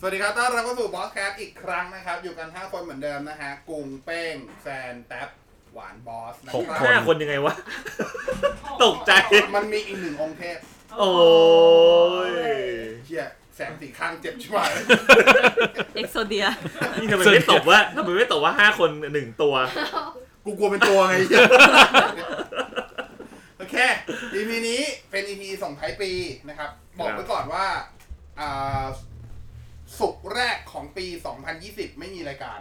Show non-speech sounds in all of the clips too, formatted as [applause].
สวัสดีครับ ต้อนรับเข้าสู่บอสแคปอีกครั้งนะครับ อยู่กัน 5 คนเหมือนเดิมนะฮะกุงเป้งแซนแท็บหวานบอสนะ หก ค ห้า รับ คนยังไงวะ ตกใจ มันมีอีกหนึ่งองค์เทพ โอ้ย เฮียแสงสีข้างเจ็บชิบหาย เอ็กโซเดีย นี่ทำไมไม่ตบว่าทำไมไม่ตบว่าห้าคนหนึ่งตัว กูกลัวเป็นตัวไงเหี้ย [laughs] โอเค EP นี้เป็น EP ส่งท้ายปีนะครับ บอกไว้ก่อนว่าอ่าสุกร์แรกของปี 2020 ไม่มีรายการ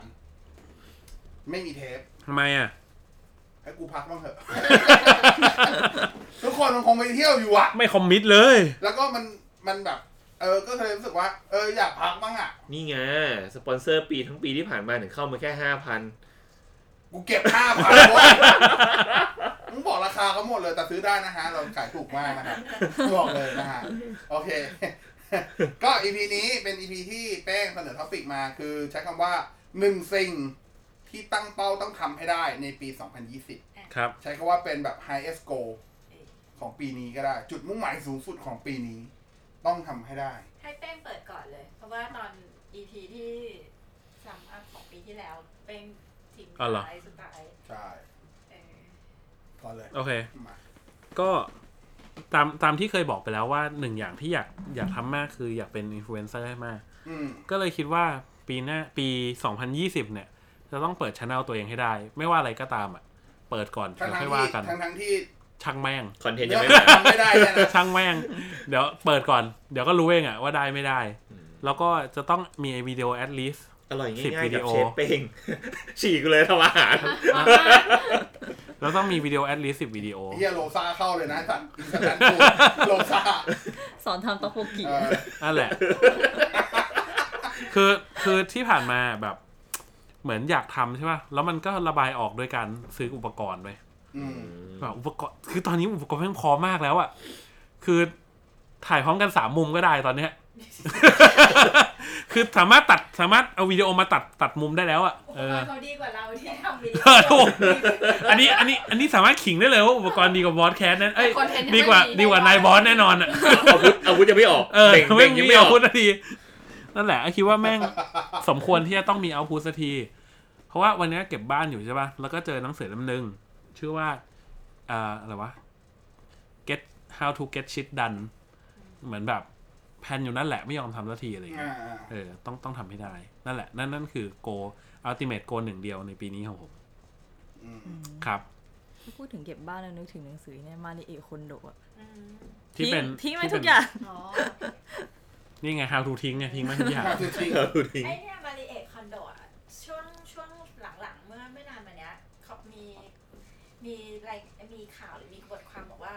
ไม่มีเทป ทำไมอ่ะ ให้กูพักบ้างเถอะ [laughs] ทุกคนมันคงไปเที่ยวอยู่อะ ไม่คอมมิตเลย แล้วก็มันมันแบบ เออ ก็เลยรู้สึกว่า เอออยากพักบ้างอะ นี่ไง สปอนเซอร์ปีทั้งปีที่ผ่านมาถึงเข้ามาแค่ห้าพัน กูเก็บห้าพันวะมึงบอกราคาเขาหมดเลย แต่ซื้อได้นะฮะ เราขายถูกมากนะครับ บอกเลยนะฮะ โอเค [laughs] ก็อีพีนี้เป็นอีพีที่แป้งเสนอท็อปิกมาคือใช้คำว่าหนึ่งสิ่งที่ตั้งเป้าต้องทำให้ได้ในปี 2020 ครับ ใช้คำว่าเป็นแบบ highest goal ของปีนี้ก็ได้ จุดมุ่งหมายสูงสุดของปีนี้ ต้องทำให้ได้ ให้เป้งเปิดก่อนเลย เพราะว่าตอน EP ที่ซัมอัพของปีที่แล้ว เป้งทิ้ง อ๋อเหรอ ท้ายสุดท้าย ใช่ เออ พอเลย โอเค มา ก็ตามตามที่เคยบอกไปแล้วว่าหนึ่งอย่างที่อยากอยากทำมากคืออยากเป็นอินฟลูเอนเซอร์ให้มาก อืม ก็เลยคิดว่าปีหน้าปี 2020 เนี่ย จะต้องเปิดช anel ตัวเองให้ได้ ไม่ว่าอะไรก็ตามอ่ะ เปิดก่อน ทั้งทั้งเดี๋ยวค่อยว่า ที่ กัน ทั้งทั้งที่ ช่างแม่ง คอนเทนต์ เลื ยัง อกทำ [laughs] ไม่มาไม่ได้เนี่ยนะ ช่างแม่ง เดี๋ยวเปิดก่อน เดี๋ยวก็รู้เองอ่ะว่าได้ไม่ได้ แล้วก็จะต้องมีวิดีโอแอดลิส อร่อยสิบง่าย วิ ๆ ดี กับ โอ เชฟเป้ง [laughs] ฉีกเลยทำอาหาร [laughs] แล้วต้องมีวิดีโอแอดลิสสิบวิดีโอ เฮียโลซาเข้าเลยนะสัตว์อินสแตนต์ฟูดโลซา สอนทำต๊อกโบกิ เออ นั่ [laughs] นแหละ คือ คือที่ผ่านมาแบบ เหมือนอยากทำใช่ป่ะ แล้วมันก็ระบายออกด้วยการซื้ออุปกรณ์ไป อืม แบบอุปกรณ์ คือตอนนี้อุปกรณ์แม่งพร้อมมากแล้วอะคือถ่ายพร้อมกันสามมุมก็ได้ตอนเนี้ย [laughs] คือสามารถตัด สามารถเอาวิดีโอมาตัด ตัดมุมได้แล้วอะ อุป เอก อ รณ์เขาดีกว่าเราที่ทำวิดี เออถู โอก อันนี้ อันนี้ อันนี้สามารถขิงได้เลยว่าอุปกรณ์ดีกว่าบอสแคสแน่เอ้ย คอนเทนต์ ดีกว่า ดีกว่านายบอสแน่นอนอะ อาวุธอาวุธยังไม่ออก เออ เบ่ง ไม่ เบ่ง มี ยังไม่อ เอา อก พุทนาทีนั่นแหละคิดว่าแม่ง [laughs] สมควรที่จะต้องมีเอาพุทสักที เพราะว่าวันนี้เก็บบ้านอยู่ใช่ป่ะ แล้วก็เจอหนังสือเล่มหนึง ชื่อว่าเอ่ออะไรวะ get how to get shit done เหมือนแบบแพลนอยู่นั่นแหละไม่ยอมทำสักทีอะไรอย่างเงี้ อ่าย เออต้องต้องทำให้ได้ นั่นแหละ นั่นนั่นคือ go ultimate go หนึ่งเดียวในปีนี้ของผม อืม ครับ พูดถึงเก็บบ้านแล้วนึกถึงหนังสือเนี่ยมาริเอะคนโดะ ที่เป็น ทิ้งไว้ ที่ ทุ เป็นกอย่าง อ๋อ นี่ไง how to ทิ้งไงทิ้งไม่ทุกอย่าง น่าจะจริง เอาดูทิ้ง ไอเนี่ยมาริเอะคอนโดอะช่วงช่วงหลังๆ เมื่อไม่นานมาเนี้ยเขามีมีอะไรมีข่าวหรือมีบทความบอกว่า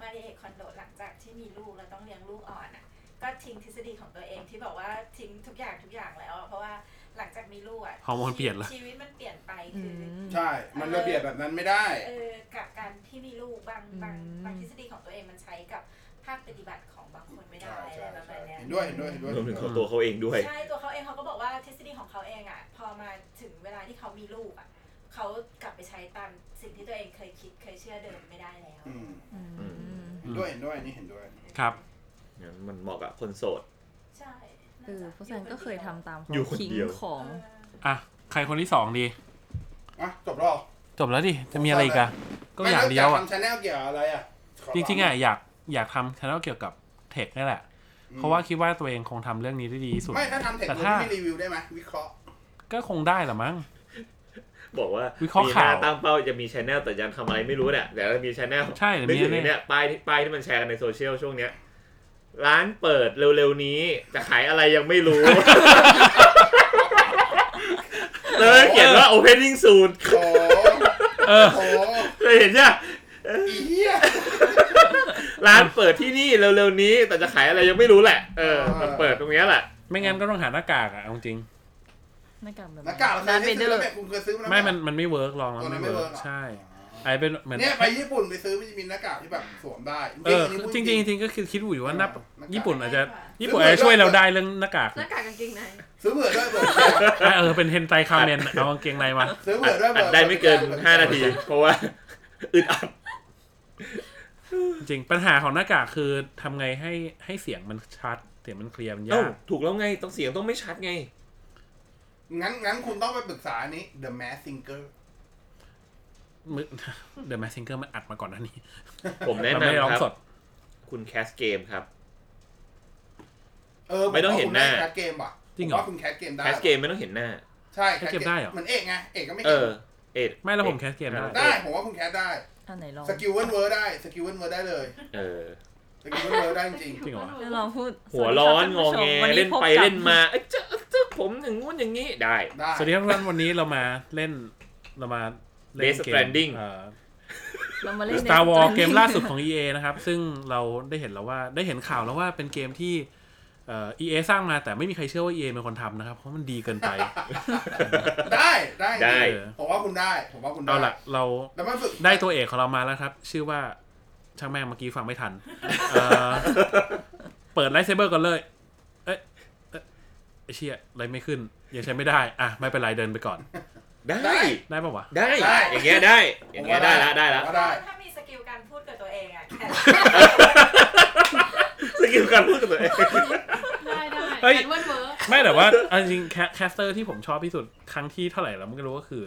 มาริเอะคอนโดหลังจากที่มีลูกแล้วต้องเลี้ยงลูกอ่อนอะก็ทิ้งทฤษฎีของตัวเองที่บอกว่าทิ้งทุกอย่างทุกอย่างแล้วอะเพราะว่าหลังจากมีลูกอะ ฮอร์โมนเปลี่ยนเหรอ ชีวิตมันเปลี่ยนไป อื คืออ ม ใช่ มันระเบียบแบบนั้นไม่ได้ เออกับการที่มีลูกบางบาง อืม บางทฤษฎีของตัวเองมันใช้กับภาคปฏิบัติของบางคนไม่ได้ ใช่ อะไร ใช่ ประ ใช่ มาณเนี้ย เห็นด้วยเห็นด้วยเห็นด้วย รวมถึงเขาตัวเขาเองด้วย ใช่ตัวเขาเองเขาก็บอกว่าทฤษฎีของเขาเองอ่ะ พอมาถึงเวลาที่เขามีลูกอ่ะเขากลับไปใช้ตามสิ่งที่ตัวเองเคยคิดเคยเชื่อเดิมไม่ได้แล้ว อืม อืม เห็นด้วยเห็นด้วยอันนี่เห็นด้วย ครับ มันเหมาะกับคนโสด ใช่น่า เออ จะ เพราะฉะนั้นก็เคยทำตามเขา อยู่คน ทิ้ง เดียว ของ เออ อ่ะใครคนที่สองดี อ่ะ จบรอบ จบแล้วดิ จะมีอะไรอีกอะก็อยากเดียวอะ ไม่รู้จะทำชาแนลเกี่ยวอะไรอ่ะข จริงๆอะอยากอยากทำช anel เกี่ยวกับเทคนี่แหละ เพราะว่าคิดว่าตัวเองคงทำเรื่องนี้ได้ดีที่สุด ไม่ถ้าทำเทค แต่ โนโลยี ถ้า ไม่รีวิวได้ไหมวิเคราะห์ ก็คงได้ละมั้ง บอกว่า วิเคราะห์ ปีหน้ ข่าว ตั้งเป้าจะมีชแนลแต่ยังทำอะไรไม่รู้เนี่ยแต่จะมีชแนล ใช่เดี๋ยว นึก มี ถึง แน่ เนี่ยป้ายที่ป้ายที่มันแชร์กันในโซเชียลช่วงเนี้ย ร้านเปิดเร็วๆนี้ จะขายอะไรยังไม่รู้ [laughs] แล้วก็เขียนว่า opening soon โอ้ เออ โห เคยเห็นใช่ไหม อีเหี้ย ร้านเปิดที่นี่เร็วๆนี้ แต่จะขายอะไรยังไม่รู้แหละ เออ เออ มันเปิดตรงเนี้ยแหละ ไม่งั้นก็ต้องหาหน้ากากอะเอาจริง หน้ากากแบบ หน้ากากเราเคย ร้านเบ ได้ เด ซื้ อ อ ร์ แล้วเนี่ยคุณเคยซื้อแล้ว ไม่ มันมันไม่เวิร์กลองแล้ว ตัวนั้น ไม่ ไม่เวิ เวิ ร์ ร์ ก ก เหรอ ใช่ ไอเป็นเหมือน เนี่ยไปญี่ปุ่นไปซื้อมันจะมีหน้ากากที่แบบสวมได้ เออ ๆนนี้พูด จริงๆจริงๆจริงๆก็คือคิดอยู่ว่าหน้าญี่ปุ่นอาจจะญี่ปุ่นอาจจะช่วยเราได้เรื่องหน้ากาก หน้ากากกางเกงใน ซื้อเผื่อด้วยเผื่อ [laughs] อ่ะเออเป็นเฮนไตคาเมนอะเอากางเกงในมา ซื้อเผื่อด้วย อั เผื่ ดได้ไม่เกิน 5 นาที เพราะว่าอึดอัด จริงๆปัญหาของหน้ากากคือทำไงให้ให้เสียงมันชัด สียงมันเคลียร์มัน เอ้าายก ถูกแล้วไงต้องเสียงต้องไม่ชัดไง งั้นงั้นคุณต้องไปปรึกษาอันนี้ The Mask Singer มึเดอะแมส [laughs] ซิงเกอร์มันอัดมาก่อนหน้านี้ ผมแนะ มันไม่ได้ร้อน ำ ง ครัสบด คุณแคสเกมครับ เออผ ไม่ต้อง ว่ เห็น คุณ หน้า แคทเกมว่ะ จริงเหรอ ผมว่าคุณแคทเกมได้ แคสเกมไม่ต้องเห็นหน้า ใช่ แคทเกมได้เหรอ เหมือนเอกไงเอกก็ไม่ เอ เก่ง อ เอ็ด ไม่แล้วผมแคสเกมได้ ได้ผมว่าคุณแคทได้ อันไหนลอง สกิลเวิร์ดเวิร์ดได้สกิลเวิร์ดเวิร์ดได้เลย เออ สกิลเวิร์ดเวิร์ดได้จริง จริงเหรอ แล้วลองพูด หัวร้อนงอ สวัส แง ดีครับท่าผู้ชมวั เล่น พบ ไป กับ เล่นมาเอ้ยเจ๊ะเจ๊ะผมอย่างงู้นอย่างงี้ได้ ๆ ได้ สวัสดีครับทุกท่านวันนี้เรามาเล่นเรามาเล่น Death เกม Stranding เอ่อ เรามาเล่น Star Wars Strategy เกมล่าสุดของ EA นะครับ ซึ่งเราได้เห็นแล้วว่าได้เห็นข่าวแล้วว่าเป็นเกมที่เอ่อ EA สร้างมาแต่ไม่มีใครเชื่อว่า EA เป็นคนทำนะครับ เพราะมันดีเกิ [laughs] นไป ได้ได้ ได้ จริงผมว่าคุณได้ ผมว่าคุณได้ เอาละเรา แล้วมันฝึก ได้ตัวเอกของเรามาแล้วครับ ชื่อว่าช่างแม่งเมื่อกี้ฟังไม่ทันเอ่ [laughs] อเปิดไลท์เซเบอร์ก่อนเลย เอ้ยเอ้ยไอ้เชี่ยอะไรไม่ขึ้น ยังใช้ไม่ได้ อ่ะ ไม่เป็นไรเดินไปก่อน ได้ ได้ปะวะ ได้ อย่างเงี้ยได้ อย่างเงี้ยได้ละได้ละ ผมว่าได้ ถ้ามีสกิลการพูดกับตัวเองอ่ะแค่ สกิลการพูดกับตัวเอง ได้ได้ เฮ้ย แอนเวิร์ดเวิร์ด ไม่แต่ว่าเอาจริงๆแคแคสเตอร์ที่ผมชอบที่สุดครั้งที่เท่าไหร่แล้วไม่รู้ก็คือ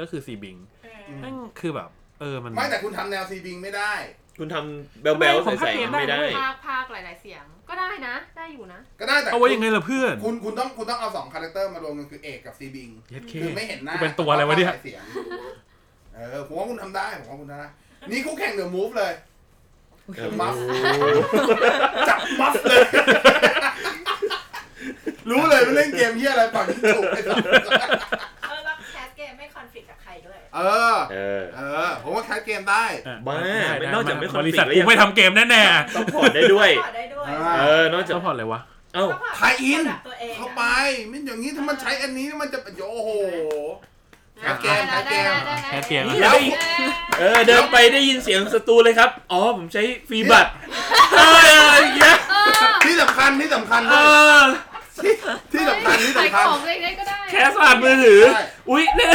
ก็คือซีบิง เออ แม่งคือแบบ เออมัน ไม่แต่คุณทำแนวซีบิงไม่ได้ คุณทำแบลแบล ทำไมผม ใส่ ทำเกม ๆ ได้ ไม่ได้ ภาคภาคหลาย ๆ เสียง ก็ได้นะ ได้อยู่นะ ก็ได้แต่ เอาไว้ยังไงล่ะเพื่อน คุณคุณต้องคุณต้องเอาสองคาแรคเตอร์มารวมกันคือเอกกับซีบิง เย็ดเค คือไม่เห็นหน้า กูเป็นตัวอะไรวะเนี่ย แต่าสีงเออผมว่าคุณทำได้ผมว่าคุณทำได้นี่คู่แข่งเดอะมูฟเลย เออ มัฟจับมัฟเลย [laughs] รู้เลยมันเล่นเกมเหียอะไรฝั่งนี้ถูกไอ้สัส เออแล้วแคสเกมไม่คอนฟ lict กับใครด้วย เออ เออ เออ ผมว่าแคสเกมได้ อ่ะ บ้า ได้ ไม่ ด้ นอกจากไม่คอน บ ฟลิ ริ กต์ ษัท แล้ว กู ยัง ไม่ทำเกมแน่ ต้องผ่อนได้ด้วย ต่อได้ด้วย เออ นอก ๆ จาก ซัพพอร์ตเลยวะ เอ้า ไทยอิน ตัวเอง เข้าไป มันอย่างนี้ถ้ามันใช้อันนี้มันจะโอ้โห ได้ แคสเกม ได้ แคสเกม ได้ได้ได้ แคสเกม นี่ แล้ว เย้ เออ เดินไปได้ยินเสียงศัตรูเลยครับ อ๋อ ผมใช้ฟรีบัตรเอออย่างเงี้ย เออ ที่สำคัญที่สำคัญเลเอย อ ที่ที่สำคัญที่ ขาย สำคัญ ของเลยได้ก็ได้ แคสผ่านมือถือ ใช่ อุ๊ยเนี่ย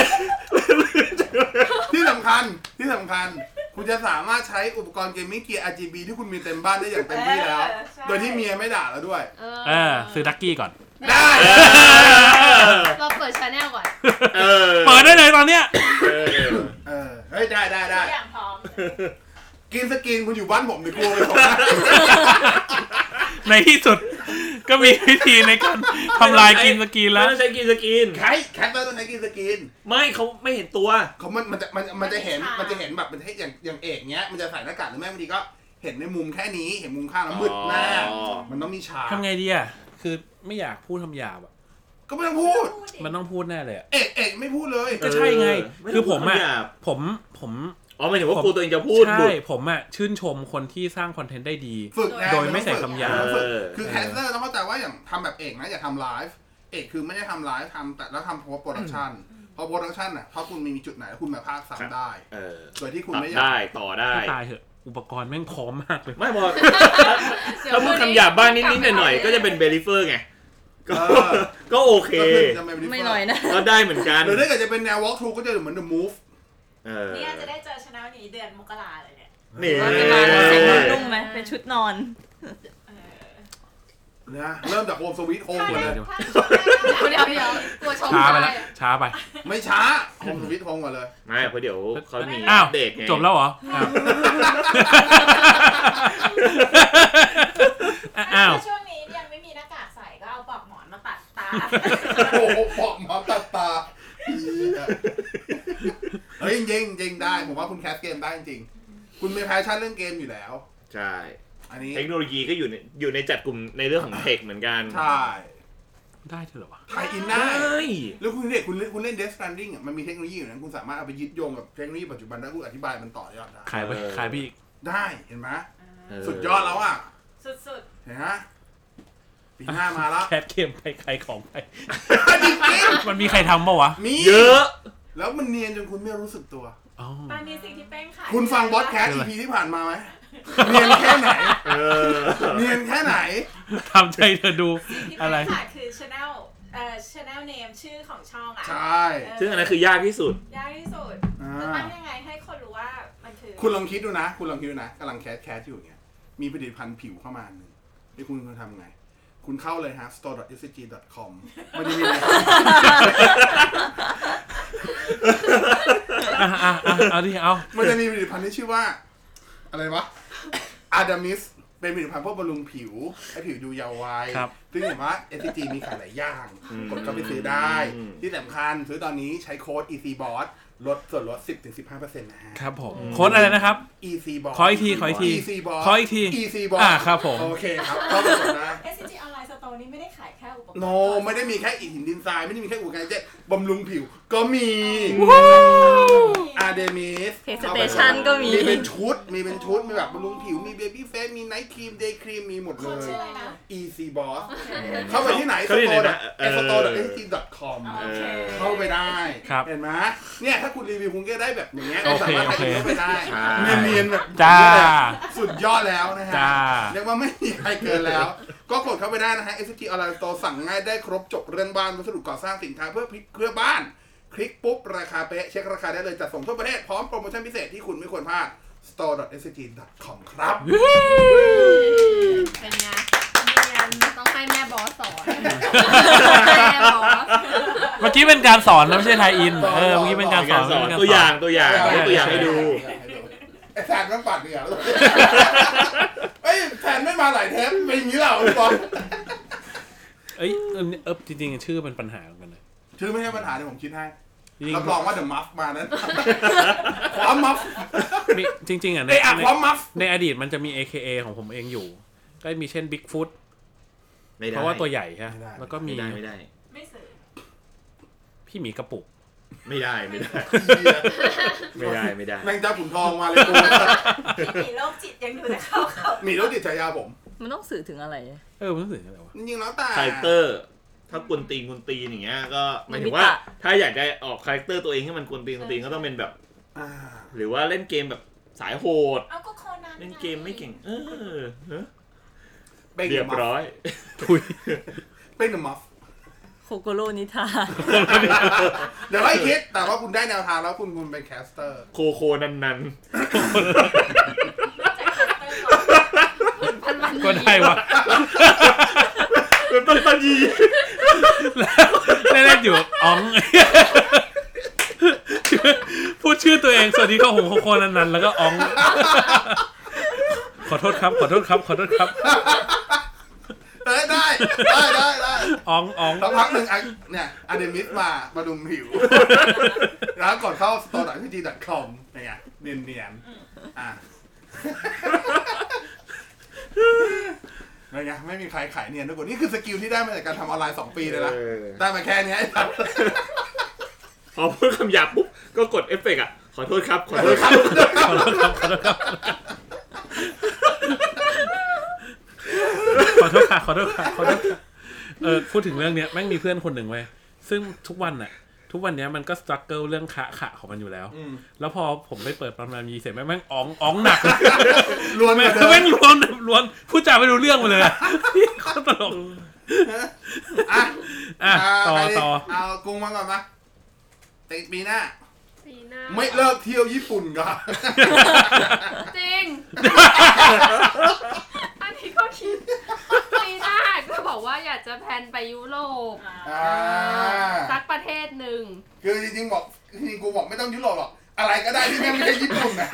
ที่สำคัญที่สำคัญ คุณจะสามารถใช้อุปกรณ์เกมมิ่งเกียร์ RGB ที่คุณมีเต็มบ้านได้อย่างเต็มที่แล้ว โดยที่เมียไม่ด่าแล้วด้วย เออ เออซื้อดักกี้ก่อน ได้ เราเปิดชาแนลก่อน เออ เปิดได้เลยตอนเนี้ย เออ เออ เฮ้ย ได้ได้ ทุ ได้ กอย่างพร้อม กินสกินคุณอยู่บ้ [laughs] านผมหรือกลัวไปผมนะ ในที่สุด ก็มีวิธีในการทำลายกินสกรีนแล้ว ไม่ต้องใช้กินสกิน ใช้แคทเตอร์ต้องใช้กินสกิน ไม่เขาไม่เห็นตัว เขามันมันจะมันมันจะเห็น ไม่มันใช่จะเห็นแบบมันจะให้อย่างอย่างเอกเนี้ย มันจะใส่หน้ากากหรือไม่บางทีก็เห็นในมุมแค่นี้เห็นมุมข้างแล้วมืดหน้า อ๋อ มันต้องมีฉาก ทำไงดีอ่ะ คือไม่อยากพูดคำหยาบอ่ะ ก็ไม่ต้องพูด ดิ มันต้องพูดแน่เลยอ่ะ เอกเอกไม่พูดเลย ก็ใช่ไง เต้ คือผม พูด อ่ะ หยาบ ผมผม อ๋อหมายถึงว่ากูตัวเองจะพูดหลุ ใช่ ด ผมอ่ะ ชื่นชมคนที่สร้างคอนเทนต์ได้ดี ฝึกนะ โดยไม่ นต้อง ใส่ ฝึก คำหยาบ มันต้องฝึก เออ คือแคทเตอร์ต้องเข้าใจว่าอย่างทำแบบเอกนะอย่าทำไลฟ์เอกคือไม่ได้ทำไลฟ์ทำแต่แล้วทำเพราะโปรดักชันเพราะโปรดักชันอ่ะถ้าคุณมีจุดไหนแล้วคุณแบบภาคซ้ำได้ เออ โดยที่คุณ ตัด ไม่อยาก ได้ต่อได้ ให้ตายเหอะ อุปกรณ์แม่งพร้อมมากเลย ไม่พอ เดี๋ยว ถ้าพูดคำหยาบบ้างนิดๆหน่อยๆก็จะเป็นเบลิเฟอร์ไง ก็ เออ ก็โอเค ก็คือจะเป็น ไม่หน่อยนะ ก็ได้เหมือนกัน หรือถ้าเกิดจะเป็นแนว walk through ก็จะเหมือน the move เออ เนี่ยจะได้เจอชนะนี้เดือนมกราเลยเนี่ย นี่ ว่าจะมาเป็นเสียงนอนนุ่มไหมเป็นชุดนอน เออ นะเริ่มจากโฮมสวิตโฮม ถ้า ก่อน ได้ เลย ถ้าชนะได้ เดี๋ยวเดี๋ยวกลัวชม ช้าไป ได้ แล้ว ช้าไป ไม่ช้าโฮมสวิตโฮมก่อนเลย ไม่เพราะเดี๋ยวเขามี อ้าว เด็กไง จบแล้วเหรอ อ้าวอ้าว ถ้าช่วงนี้ยังไม่มีหน้ากากใส่ก็เอาปลอกหมอนมาปัดตา โอ้โหบอกมาตัดตาเฮ้ยจริงๆจริงได้ ผมว่าคุณแคสเกมได้จริงๆคุณมีแพชชั่นเรื่องเกมอยู่แล้ว ใช่ อันนี้ เทคโนโลยีก็อยู่ในอยู่ในจัดกลุ่มในเรื่องของเทคเหมือนกัน ใช่ ได้เถอะเหรอวะ ไทยอิน ได ได้ ้ แล้วคุณเด็กคุณเล่นคุณเล่นเดสตันดิ้งมันมีเทคโนโลยีอยู่นั้นคุณสามารถเอาไปยึดโยงกับเทคโนโลยีปัจจุบันได้คุณอธิบายมันต่อยอดได้ ขายไป เออ ขายไปอีก ได้เห็นไหม เออ สุดยอดแล้วอ่ะ สุด เห็นไหมปีหน้ามา [laughs] แล้ว แคทเกมไปขายของไป จริง มันมีใครทำปะวะ ๆมี เยอะ แล้วมันเนียนจนคุณไม่รู้สึกตัว อ๋อ ๆตอนนี้สิ่งที่เป้งขาย คุณฟังบอสแคส คือ อี อะพีไรที่ผ่านมาไหม เนียนแค่ไหน เออ เนียนแค่ไหน ทำใจเธอดู ที่ อะไร เป้งขายคือชาแนลเอ่อชาแนลเนมชื่อของช่องอ่ะ ใช่ เ ซึ่งอันนั้นคือยากที่สุด ยากที่สุด อ่ จะ า ตั้งยังไงให้คนรู้ว่ามันคือ คุณลองคิดดูนะ คุณลองคิดดูนะกำลังแคสแคสอยู่เนี่ย มีผลิตภัณฑ์ผิวเข้ามาอันหนึ่งที่คุณควรทำไง คุณเข้าเลยฮะ store.scg.com มันจะมีเลย อ่ะอ่ะอ่ะเอาดิเอา มันจะมีผลิตภัณฑ์ที่ชื่อว่า อะไรวะอาดามิสเป็นผลิตภัณฑ์พวกบำรุงผิว ให้ผิวดูเยาว์วัย ครับ ซึ่งเห็นว่า SCG มีขายหลายอย่าง อืม กดเข้าไปซื้อได้ อืม ที่สำคัญซื้อตอนนี้ใช้โค้ด EC Boss ลดส่วนลด 10-15%นะฮะ ครับผม โค้ดอะไรนะครับ EC Boss ขออีกทีขออีกที EC Boss ขออีกที EC Boss อ่าครับผม โอเคครับเข้าไปกดได้ SCG ออนไลน์สโตร์นี้ไม่ได้ขายแค่อุปกรณ์ โนไม่ได้มีแค่อิฐหินดินทรายไม่ได้มีแค่อุปกรณ์เจ๊บำรุงผิวก็มีอาเดมิส PlayStation ก็มี มีเป็นชุด มีเป็นชุด มีแบบบำรุงผิว มีเบบี้เฟสมีไนท์ครีมเดย์ครีมมีหมด ค เล น ย ชื่ออะไรนะ EC Boss เข้าไปที่ไหน เขาอยู่ไหนนะ s t o r e s t com โอเค เข้าไปได้ ครับ เห็นไหมเนี่ยถ้าคุณรีวิวคุณก็ได้แบบอย่างเงี้ย โอเค สามารถ โอเค ให้เข้าไปได้ ใช่ เนียนๆแบบ จ้า สุดยอดแล้วนะฮะ จ้า เรียกว่าไม่มีใครเกินแล้ว ก็กดเข้าไปได้นะฮะ s t Online Store สั่งง่ายได้ครบจบเรื่องบ้านวัสดุก่อสร้างสินค้าเพื่อพลิกเพื่อบ้าน คลิกปุ๊บ ราคาเป๊ะ เช็คราคาได้เลยจัดส่งทั่วประเทศ พร้อมโปรโมชั่นพิเศษที่คุณไม่ควรพลาด store.sg.com ครับ เป็นไงต้องให้แม่บอสสอนแม่บอส เมื่อกี้เป็นการสอนนะไม่ใช่ไทยอิน เออ เมื่อกี้เป็นการส กา อน รสอน เป็นกร ตัวอย่างตัวอย่างยกตัวอย่างให้ดู ไอ้แฟนต้องปัดเหงื่อ [laughs] เอ้ยแฟนไม่มาหลายเทปเป็นอย่างนี้เหรอตอน เอ้ยเออเออจริงๆ ชื่อเป็นปัญหาเหมือนกันนะ ชื่อไม่ใช่ปัญหาเดี๋ยวผมคิดให้ จริง รับรองว่าเดอะมัฟมานั้น [laughs] ความมัฟ ๆมีจริงๆอ่ะใน ไอ้ยอะ ใน ความมัฟ ในอดีตมันจะมี AKA ของผมเองอยู่ ก็มีเช่น Bigfoot ไม่ได้ เพราะว่าตัวใหญ่ฮะ ไม่ได้ แล้วก็มี ไม่ได้ไม่ได้ ไม่สื่อ พี่หมีกระปุก ไม่ได้ไม่ [laughs] ได้ไม่ได้ไม่ได้ แมงจ้าขุนทองมาเลยกู พี่หมีโรคจิตยังดูแต่เข้าเขา หมีรถติดฉายาผม มันต้องสื่อถึงอะไร เออมันรู้สึกยังไงวะ จริงๆแล้วแต่ คาแรคเตอร์ ถ้ากวนตีนกวนตีนอย่างเงี้ยก็หมายถึงว่า โนบิตะ ถ้าอยากได้ออกคาแรคเตอร์ตัวเองให้มันกวนตีนกวนตีนก็ต้องเป็นแบบ อ่า หรือว่าเล่นเกมแบบสายโหด เอาก็โคนัน เล่นเกมไม่เก่ง เออเออ เป็น เรียบ มัฟ ร้อย ทุย เป็นหนึ่งมัฟ โคโกโรนิทา เดี๋ยวให้คิดแต่ว่าคุณได้แนวทางแล้วคุณคุณเป็นแคสเตอร์ โคโคนันนัน จากคาแรคเตอร์ก่อน พันวัน ก็ได้วะ เป็นปันปันยี เล่นๆอยู่อ๋อง [laughs] พูดชื่อตัวเอง สวัสดีครับผมโคโคนันๆแล้วก็อ๋อง [laughs] ขอโทษครับ ขอโทษครับ ขอโทษครับ เอ้ยได้ ได้ได้ได้ อ๋องอ๋อง สักพักหนึ่งไอ้เนี่ยอเดมิสมามาดุมผิว แล้วก่อนเข้า store.pg.com เนี่ยเนียนเนียนๆอ่ะ [laughs] ไม่ไงไม่มีใครขายเนียนด้วยกูนี่คือสกิลที่ได้มาจากการทำออนไลน์สองปีเลยนะ เออ ได้มาแค่เนี้ยไอ้สัส พอพูดคำหยาบปุ๊บ ก็กดเอฟเฟกต์อ่ะ ขอโทษครับ ขอโทษครับ ขอโทษครับ ขอโทษค่ะ ขอโทษค่ะ ขอโทษค่ะ เออพูดถึงเรื่องเนี้ยแม่งมีเพื่อนคนหนึ่งเว้ยซึ่งทุกวันน่ะ ทุกวันเนี้ยมันก็สตรัคเกิลเรื่องขะขะของมันอยู่แล้ว อืม แล้วพอผมไปเปิดประมาณยีเสร็จแม่งแม่งอ๋องอ๋องหนักเลย รวน แม่ มาง เดิม แม่งล้วนล้วนพูดจาไม่รู้เรื่องหมดเลยอะ [laughs] พี่โคตรตลก อ่ะ อ่ะ า ต่อ ใครดิ ต่อ เอากรุงมาก่อนมาติดปีหน้า ปีหน้า ไม่เลิกเที่ยวญี่ปุ่นก่อน จริ [laughs] ง อันนี้ก็คิดปีหน้าจะบอกว่าอยากจะแพลนไปยุโรป อ่า สักประเทศหนึ่ง คือจริงๆบอกจริงๆกูบอกไม่ต้องยุโรปหรอก อะไรก็ได้ที่แม่งไม่ใช่ญี่ปุ่น [laughs] นะ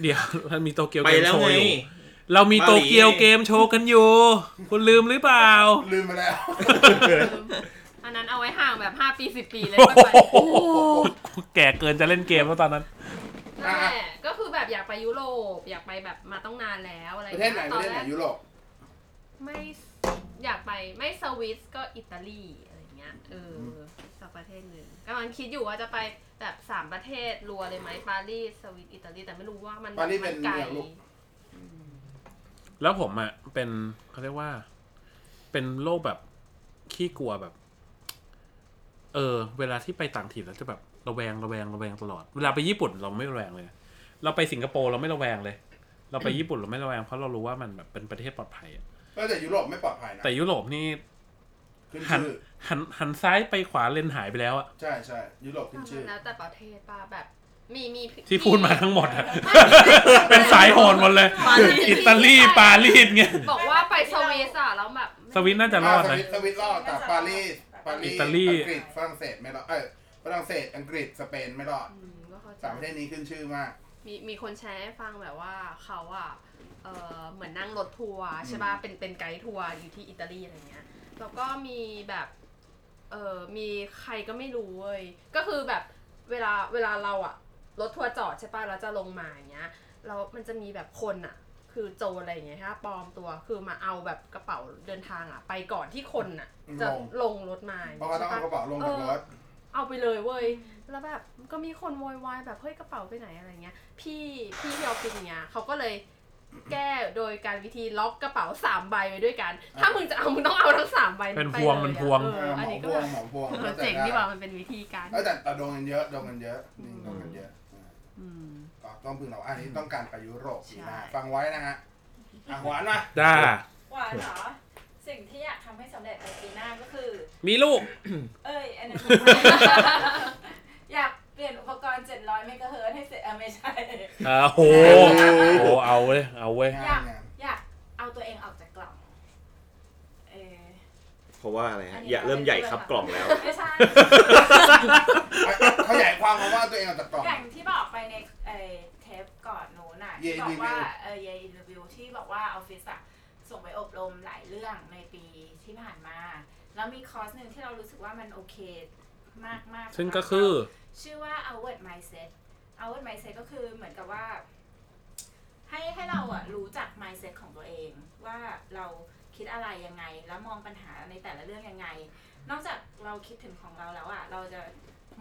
เดี๋ยวมันมีโตเกียว ไป เกม แล้ว โชว์ ไง อยู่เรามีโตเกียวเกมโชว์กันอยู่ คุณลืมหรือเปล่า ลืมไปแล้ว อันนั้นเอาไว้ห่างแบบ 5 ปี 10 ปีเลย โอ้ ไม่ โห ไป แก่เกินจะเล่นเกมแล้วตอนนั้น นั่นแหละก็คือแบบอยากไปยุโรป อยากไปแบบมาต้องนานแล้วอะไร ประเทศไหนป ต ระ อ เทศ แร ไหน ก ยุโรป ไม่อยากไปไม่สวิสก็อิตาลีอะไรเงี้ยเอออสักประเทศหนึ่งกำลังคิดอยู่ว่าจะไปแบบสามประเทศรัวเลยไหมปารีสสวิตอิตาลีแต่ไม่รู้ว่ามัน ปารีสเป็น มัไกล เมืองลูก แล้วผมอ่ะเป็นเขาเรียกว่า เป็นโรคแบบขี้กลัวแบบ เออ เวลาที่ไปต่างถิ่นแล้วจะแบบระแวงระแวงระแวงตลอด เวลาไปญี่ปุ่นเราไม่ระแวงเลย เราไปสิงคโปร์เราไม่ระแวงเลย เราไปญี่ปุ่นเราไม่ระแวงเพราะเรารู้ว่ามันแบบเป็นประเทศปลอดภัยอะ ก็แต่ยุโรปไม่ปลอดภัยนะ แต่ยุโรปนี่ ขึ้น หัน ชื่อ หันหันซ้ายไปขวาเลนหายไปแล้วอะ ใช่ใช่ยุโรปขึ้นชื่อ แล้วแต่ประเทศป่ะแบบมีมี ที่พูดมาทั้งหมดอะ เป็นสายโหดหมดเลย [laughs] ปารีส อิตาลีปารีสเงี้ย บอกว่าไปสวิสอะแล้วแบบไม่ สวิตน่าจะรอด ส นะ วิตสวิตรอดแต่ปารีสปารีส อิตาลี อังกฤษฝรั่งเศสไม่รอดเอยฝรั่งเศสอังกฤษสเปนไม่รอด อืมก็เข้าใจ สามประเทศนี้ขึ้นชื่อมาก มีมีคนแชร์ให้ฟังแบบว่าเขาอ่ะเออเหมือนนั่งรถทัวร์ใช่ป่ะ เป็นเป็นไกด์ทัวร์อยู่ที่อิตาลีอะไรเงี้ย แล้วก็มีแบบเออมีใครก็ไม่รู้เว้ย ก็คือแบบเวลาเวลาเราอ่ะรถทัวร์จอดใช่ป่ะเราจะลงมาอย่างเงี้ยแล้วมันจะมีแบบคนอ่ะ คือโจรอะไรอย่างเงี้ยฮะปลอมตัวคือมาเอาแบบกระเป๋าเดินทางอ่ะ ไปก่อนที่คนอ่ะ จะ ลง ลงรถมา เพราะว่าต้องเอากใช่ปะ ระเป๋าลงจากรถ เอาไปเลยเว้ย แล้วแบบก็มีคนโวยวายแบบเฮ้ยกระเป๋าไปไหนอะไรเงี้ย พี่พี่ที่ออฟฟิศเนี้ยเขาก็เลยแก้โดยการวิธีล็อกกระเป๋าสามใบไว้ด้วยกัน ถ้ามึงจะเอามึงต้องเอาทั้งสามใบ เป็น ไป พวง ลย มัน อะ พวง เอ เอ อ อห อั ม น อ นี้ พ ก็ ว แบ ง บ หมอพวง เออ ข้าใจ เจ๋ง ได้ ดีว่ามันเป็นวิธีการ เออแต่แต่โดนกันเยอะโดนกันเยอะนี่โดนกันเยอะ อืม ก็ต้องพึงเราอันนี้ต้องการไปยุโรปปีหน้า ใช่ ฟังไว้นะฮะ [laughs] อ่ะหวานมา จ้า หวานเหรอ สิ่งที่อยากทำให้สำเร็จในปีหน้าก็คือ มีลูก เอ้ยอันนั้น อยากเปลี่ยนอุปกรณ์ 700เมกะเฮิร์ตซ์ให้เสร็จเอ่อไม่ใช่ อ่าโหโอ้โหเอาเว้ย เอาเว้ย งานงาน อยากเอาตัวเองออกจากกล่องเออ เพราะว่าอะไร อัน ฮะ นี้ อย่าเริ่มใหญ่ครับกล่องแล้ว ไม่ใช่ เขาใหญ่ความมาว่าตัวเองออกจากกล่อง อย่างที่บอกไปในเอ่อเทปก่อนหนูน่ะที่บอกว่า Yay Review เออเยรีวิวที่บอกว่าออฟฟิศอะส่งไปอบรมหลายเรื่องในปีที่ผ่านมา แล้วมีคอร์สหนึ่งที่เรารู้สึกว่ามันโอเคมากมากๆ ซึ่งก็คือ ชื่อว่า outward mindset outward mindset ก็คือเหมือนกับว่า ให้ให้เราอะรู้จัก mindset ของตัวเอง ว่าเราคิดอะไรยังไง แล้วมองปัญหาในแต่ละเรื่องยังไง นอกจากเราคิดถึงของเราแล้วอะเราจะ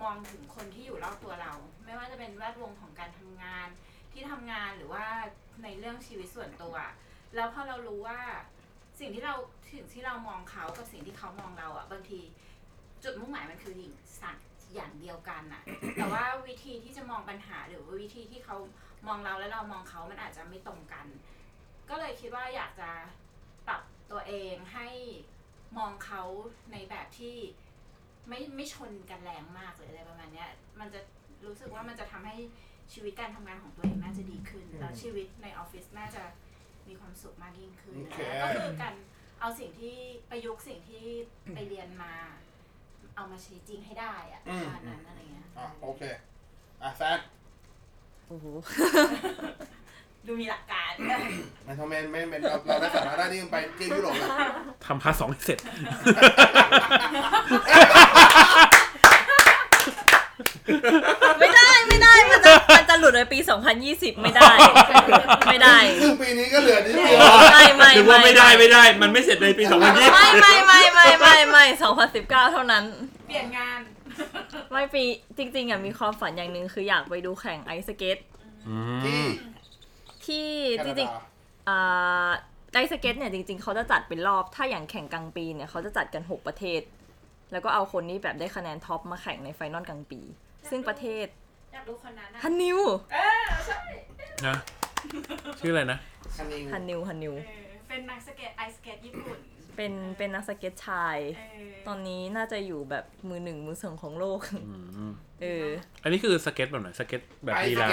มองถึงคนที่อยู่รอบตัวเรา ไม่ว่าจะเป็นแวดวงของการทำงาน ที่ทำงานหรือว่าในเรื่องชีวิตส่วนตัว แล้วพอเรารู้ว่าสิ่งที่เราสิ่งที่เรามองเขากับสิ่งที่เขามองเราอะบางที จุดมุ่งหมายมันคือสิ่งสัตว์อย่างเดียวกันอะ แต่ว่าวิธีที่จะมองปัญหาหรือว่าวิธีที่เขามองเราและเรามองเขามันอาจจะไม่ตรงกัน ก็เลยคิดว่าอยากจะปรับตัวเองให้มองเขาในแบบที่ไม่ไม่ชนกันแรงมากหรืออะไรประมาณเนี้ย มันจะรู้สึกว่ามันจะทำให้ชีวิตการทำงานของตัวเองน่าจะดีขึ้น แล้วชีวิตในออฟฟิศน่าจะมีความสุขมากยิ่งขึ้น โอเค แล้วก็คือการเอาสิ่งที่ประยุกต์สิ่งที่ไปเรียนมา เอามาใช้จริงให้ได้อะประมาณนั้นอะไรเงี้ย อ่ะโอเคอ่ะแซด โอ้โห ดูมีหลักการ [coughs] ไม่ทำไมไม่เป็นเราเราได้สาระได้นี่ไปเที่ยวยุโรปแล้ว ทำพาร์ทสองให้เสร็จ ไม่ได้ไม่ได้ มันจะมันจะหลุดในปี 2020 ไม่ได้ ไม่ได้ ซึ่งปีนี้ก็เหลือนิดเดียว ไม่ไม่ หรือว่าไม่ได้ไม่ได้ มันไม่เสร็จในปี 2020 ไม่ไม่ไม่ไม่ไม่ไม่2019 เท่านั้น เปลี่ยนงาน [coughs] ไม่ปีจริงๆอ่ะมีความฝันอย่างหนึ่งคืออยากไปดูแข่งไอซ์สเก็ต อื ที่ ม ที่ แคนาจริง ดา ๆอ่าไอซ์สเก็ตเนี่ยจริงๆ เขาจะจัดเป็นรอบถ้าอย่างแข่งกลางปีเนี่ยเขาจะจัดกัน 6 ประเทศ แล้วก็เอาคนนี้แบบได้คะแนนท็อปมาแข่งในไฟนอลกลางปี ซึ่งประเทศ อยากรู้คนนั้นอะ ฮันนิว เออใช่ นะ ชื่ออะไรนะ อันนี้ ฮันนิวฮันนิว เออเป็นนักสเก็ตไอสเก็ตญี่ปุ่น เป็นเป็นนักสเก็ตชาย เออ ตอนนี้น่าจะอยู่แบบมือหนึ่งมือสองของโลก [laughs] เออ อันนี้คือสเก็ตแบบไหน สเก็ตแบบลีลา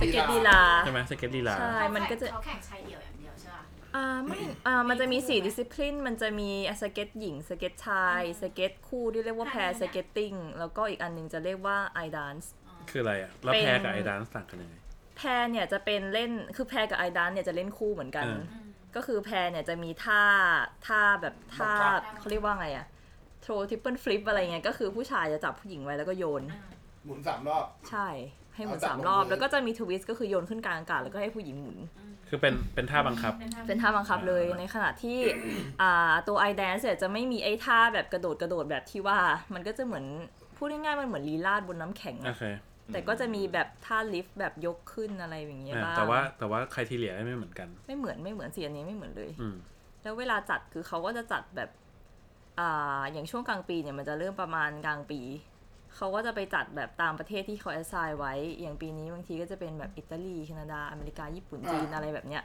สเก็ตลีลา ใช่ไหมสเก็ตลีลา ใช่ มันก็จะ เขาแข่งชายเดี่ยวอย่างเดียวใช่ป่ะ อ่าไม่อ่ามันจะมี 4 ดิสซิ p ลิน มันจะมีสเก็ตหญิง สเก็ตชาย อืม สเก็ตคู่ที่เรียกว่า อ่า แพร นั่น ส น่ะ เก็ตติ้ง แล้วก็อีกอันหนึงจะเรียกว่าไอด n น e อ๋อ คืออะไรอ่ะ แล้วแพ้กับไอดานต่างกันยังไง แพรเนี่ยจะเป็นเล่น คือแพรกับไอด n นเนี่ยจะเล่นคู่เหมือนกัน อืม อืม ก็คือแพรเนี่ยจะมีท่า ท่าแบบท่า บังคับ เขาเรียกว่าไงอะโทรทิปเปิลฟลิปอะไรเงี้ย ก็คือผู้ชายจะจับผู้หญิงไว้แล้วก็โยน อ่า หมุนสามรอบ ใช่ ให้หมุน เอาจับ สาม ลง รอบ มือ แล้วก็จะมีทวิสต์ก็คือโยนขึ้นกลางอากาศแล้วก็ให้ผู้หญิงหมุน คือเป็น เป็นท่าบังคับ เป็นท่าบังคับเลยในขณะที่ [coughs] อ่าตัว i d a n c e เนี่ยจะไม่มีไอ้ท่าแบบกระโดดกระโดดแบบที่ว่า มันก็จะเหมือน พูดง่ายๆมันเหมือนลีลาดบนน้ำแข็ง โอ อะ เค แต่ก็จะมีแบบท่าลิฟต์แบบยกขึ้นอะไรอย่างเงี้ย อ่ะ บ้าง แต่ว่า แต่ว่าใครทีเหลียไม่เหมือนกัน ไม่เหมือนไม่เหมือนเสียอันนี้ไม่เหมือนเลย อืม แล้วเวลาจัดคือเขาก็จะจัดแบบอ่าอย่างช่วงกลางปีเนี่ยมันจะเริ่มประมาณกลางปี เขาก็จะไปจัดแบบตามประเทศที่เขาแอสไซน์ไว้ อย่างปีนี้บางทีก็จะเป็นแบบอิตาลีแคนาดา อเมริกา ญี่ปุ่น จีน อ่า อะไรแบบเนี้ย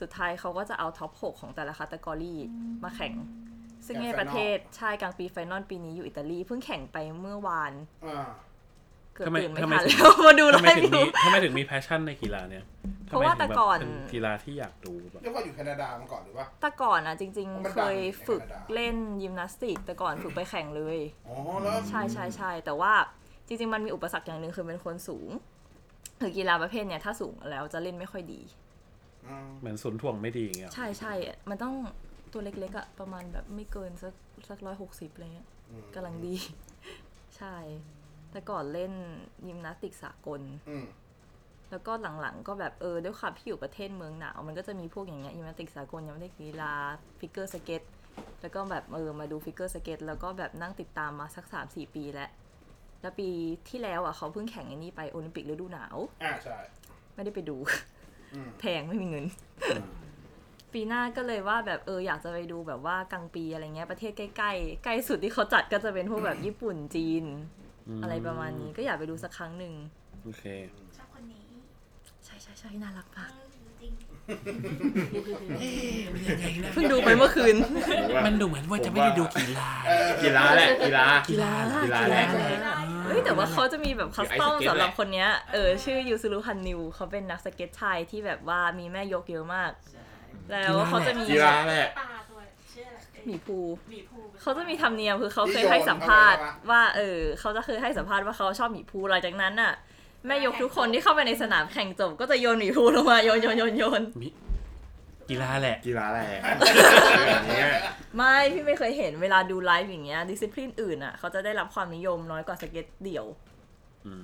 สุดท้ายเขาก็จะเอาท็อป 6 ของแต่ละคัตกรีมาแข่ง ซึ่งในประเทศใช่กลางปีไฟนอลปีนี้อยู่อิตาลี เพิ่งแข่งไปเมื่อวาน อ่า เกือบ ทำไม ตื่นไม่ ทำไมถึงทันแล้วมาดู ทำ ไล ไม ฟ์ ถึง อ มี ยู่ ทำไมถึงมีแพชชั่นในกีฬาเนี่ย เพราะว่าแต่ก่อน ทำไมถึงแบบเป็กีฬาที่อยากดูแบบ เรียกว่าอยู่แคนาดามาก่อนหรือว่า แต่ก่อนอ่ะจริง เพราะมัน ๆ เคยฝึก ดังในแคนาดา เล่นยิมนาสติก แต่ก่อนฝึกไปแข่งเลย อ๋อแล้ว ใช่ใช่ใช่แต่ว่าจริง ๆ มันมีอุปสรรคอย่างหนึ่งคือเป็นคนสูงคือกีฬาประเภทเนี้ยถ้าสูงแล้วจะเล่นไม่ค่อยดี อืม เหมือนศูนย์ถ่วงไม่ดีอย่างเงี้ย ใช่ใช่มันต้องตัวเล็กๆอะประมาณแบบไม่เกินสักสักร้อยหกสิบอะไรเงี้ย อืม กำลังดี [laughs] ใช่ แต่ก่อนเล่นยิมนาสติกสากล อืม แล้วก็หลังๆ ก็แบบเออด้วยความที่อยู่ประเทศเมืองหนาว มันก็จะมีพวกอย่างเงี้ยยิมนาสติกสากลยิมนาสติกกีฬาฟิกเกอร์สเก็ตแล้วก็แบบเออมาดูฟิกเกอร์สเก็ตแล้วก็แบบนั่งติดตามมาสักสามสี่ปีแล้ว แล้วปีที่แล้วอ่ะเขาเพิ่งแข่งอันนี้ไปโอลิมปิกฤดูหนาว อ่าใช่ ไม่ได้ไปดู [laughs] อืม แพงไม่มีเงิน ปีหน้าก็เลยว่าแบบเอออยากจะไปดูแบบว่ากลางปีอะไรเงี้ยประเทศใกล้ๆ ใกล้สุดที่เขาจัดก็จะเป็นพวกแบบญี่ปุ่นจีน ม อะไรประมาณนี้ก็อยากไปดูสักครั้งหนึ่ง โอเค ชอบคนนี้ ใช่ใช่ใช่น่ารัก เอ มาก อจริง เพิ่งดูไปเมื่อคืน ผมว่า มันดูเหมือนว่าจะไม่ ผมว่า ได้ดูกีฬา เออ กีฬาแหละกีฬา กีฬา กีฬาแรก กีฬาเฮ้ยแต่ว่าเขาจะมีแบบคัสตอม คือไอสเก็ต สำหรับคนเนี้ยเออชื่อยูซูรุฮันนิวเขาเป็นนักสเก็ตชายที่แบบว่ามีแม่ยกเยอะมาก ๆใช่ แล้วเขาจะมี กีฬาแหละ ปลาตัวชื่ออะไร หมีภู หมีภู เขาจะมีธรรมเนียมคือเขาเคยให้สัมภาษณ์ว่าเออเขาจะเคยให้สัมภาษณ์ว่าเขาชอบหมีภูหลังจากนั้นน่ะแม่ยกทุกคนที่เข้าไปในสนามแข่งจบก็จะโยนหมีภูลงมาโยนโยนโยนโยน กีฬาแหละ กีฬาแหละอย่างเงี้ย ไม่พี่ไม่เคยเห็นเวลาดูไลฟ์อย่างเงี้ยดิสซิ p ลินอื่นอ่ะเขาจะได้รับความนิยมน้อยกว่าสเก็ตเดี่ยว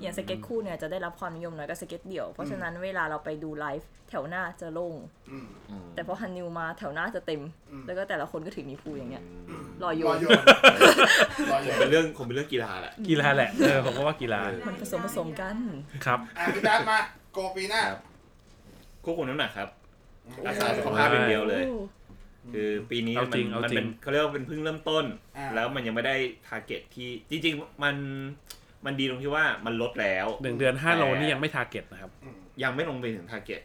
อย่างสเก็ตคู่เนี่ยจะได้รับความนิยมน้อยกว่าสเก็ตเดี่ยว เพราะฉะนั้นเวลาเราไปดูไลฟ์แถวหน้าจะโล่ง อืม แต่พอฮันนิวมาแถวหน้าจะเต็ม อืม แล้วก็แต่ละคนก็ถือหมีภูอย่างเงี้ยรอโย รอน โยนรอโยน เป็นเรื่องคงเป็นเรื่องกีฬาแหละ กีฬาแหละ เออผมก็ว่ากีฬา มันผสมผสมกัน ครับ อ่ะพี่ดับมาโกปีหน้า ครับ ควบคุมน้ำหนักครับ อืม รักษาสุขภาพเป็นเดียวเลย คือปีนี้ เอา มั จริง น เอา มัน จริง เป็นเขาเรียกว่าเป็นเพิ่งเริ่มต้น อ่า แล้วมันยังไม่ได้ทาร์เก็ตที่จริง ๆ มันมันดีตรงที่ว่ามันลดแล้ว หนึ่งเดือนห้าโลนี่ยังไม่ทาร์เก็ตนะครับ อืม ยังไม่ลงไปถึงทาร์เก็ต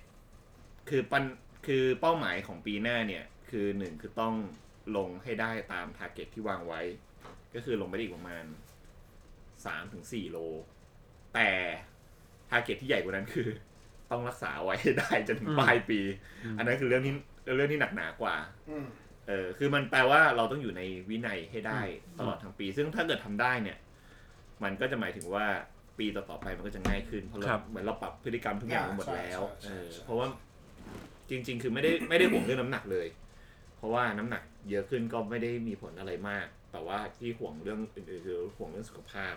คือปันคือเป้าหมายของปีหน้าเนี่ย คือหนึ่งคือต้องลงให้ได้ตามทาร์เก็ตที่วางไว้ ก็คือลงไปได้อีกประมาณสามถึงสี่โล แต่ทาร์เก็ตที่ใหญ่กว่านั้นคือ ต้องรักษาไว้ให้ได้จนถึง อืม ปลายปี อืม อันนั้นคือเรื่องที่เรื่องที่หนักหนากว่า อืม เออคือมันแปลว่าเราต้องอยู่ในวินัยให้ได้ตลอดทั้งปี ซึ่งถ้าเกิดทำได้เนี่ย มันก็จะหมายถึงว่าปีต่อๆไปมันก็จะง่ายขึ้นเพราะเรา ครับ เหมือนเราปรับพฤติกรรมทุกอย่างไปหมดแล้วเออเพราะว่าจริง ๆ คือไม่ได้ไม่ได้ห่วงเรื่องน้ำหนักเลย เพราะว่าน้ำหนักเยอะขึ้นก็ไม่ได้มีผลอะไรมาก แต่ว่าที่ห่วงเรื่องอื่นๆคือห่วงเรื่องสุขภาพ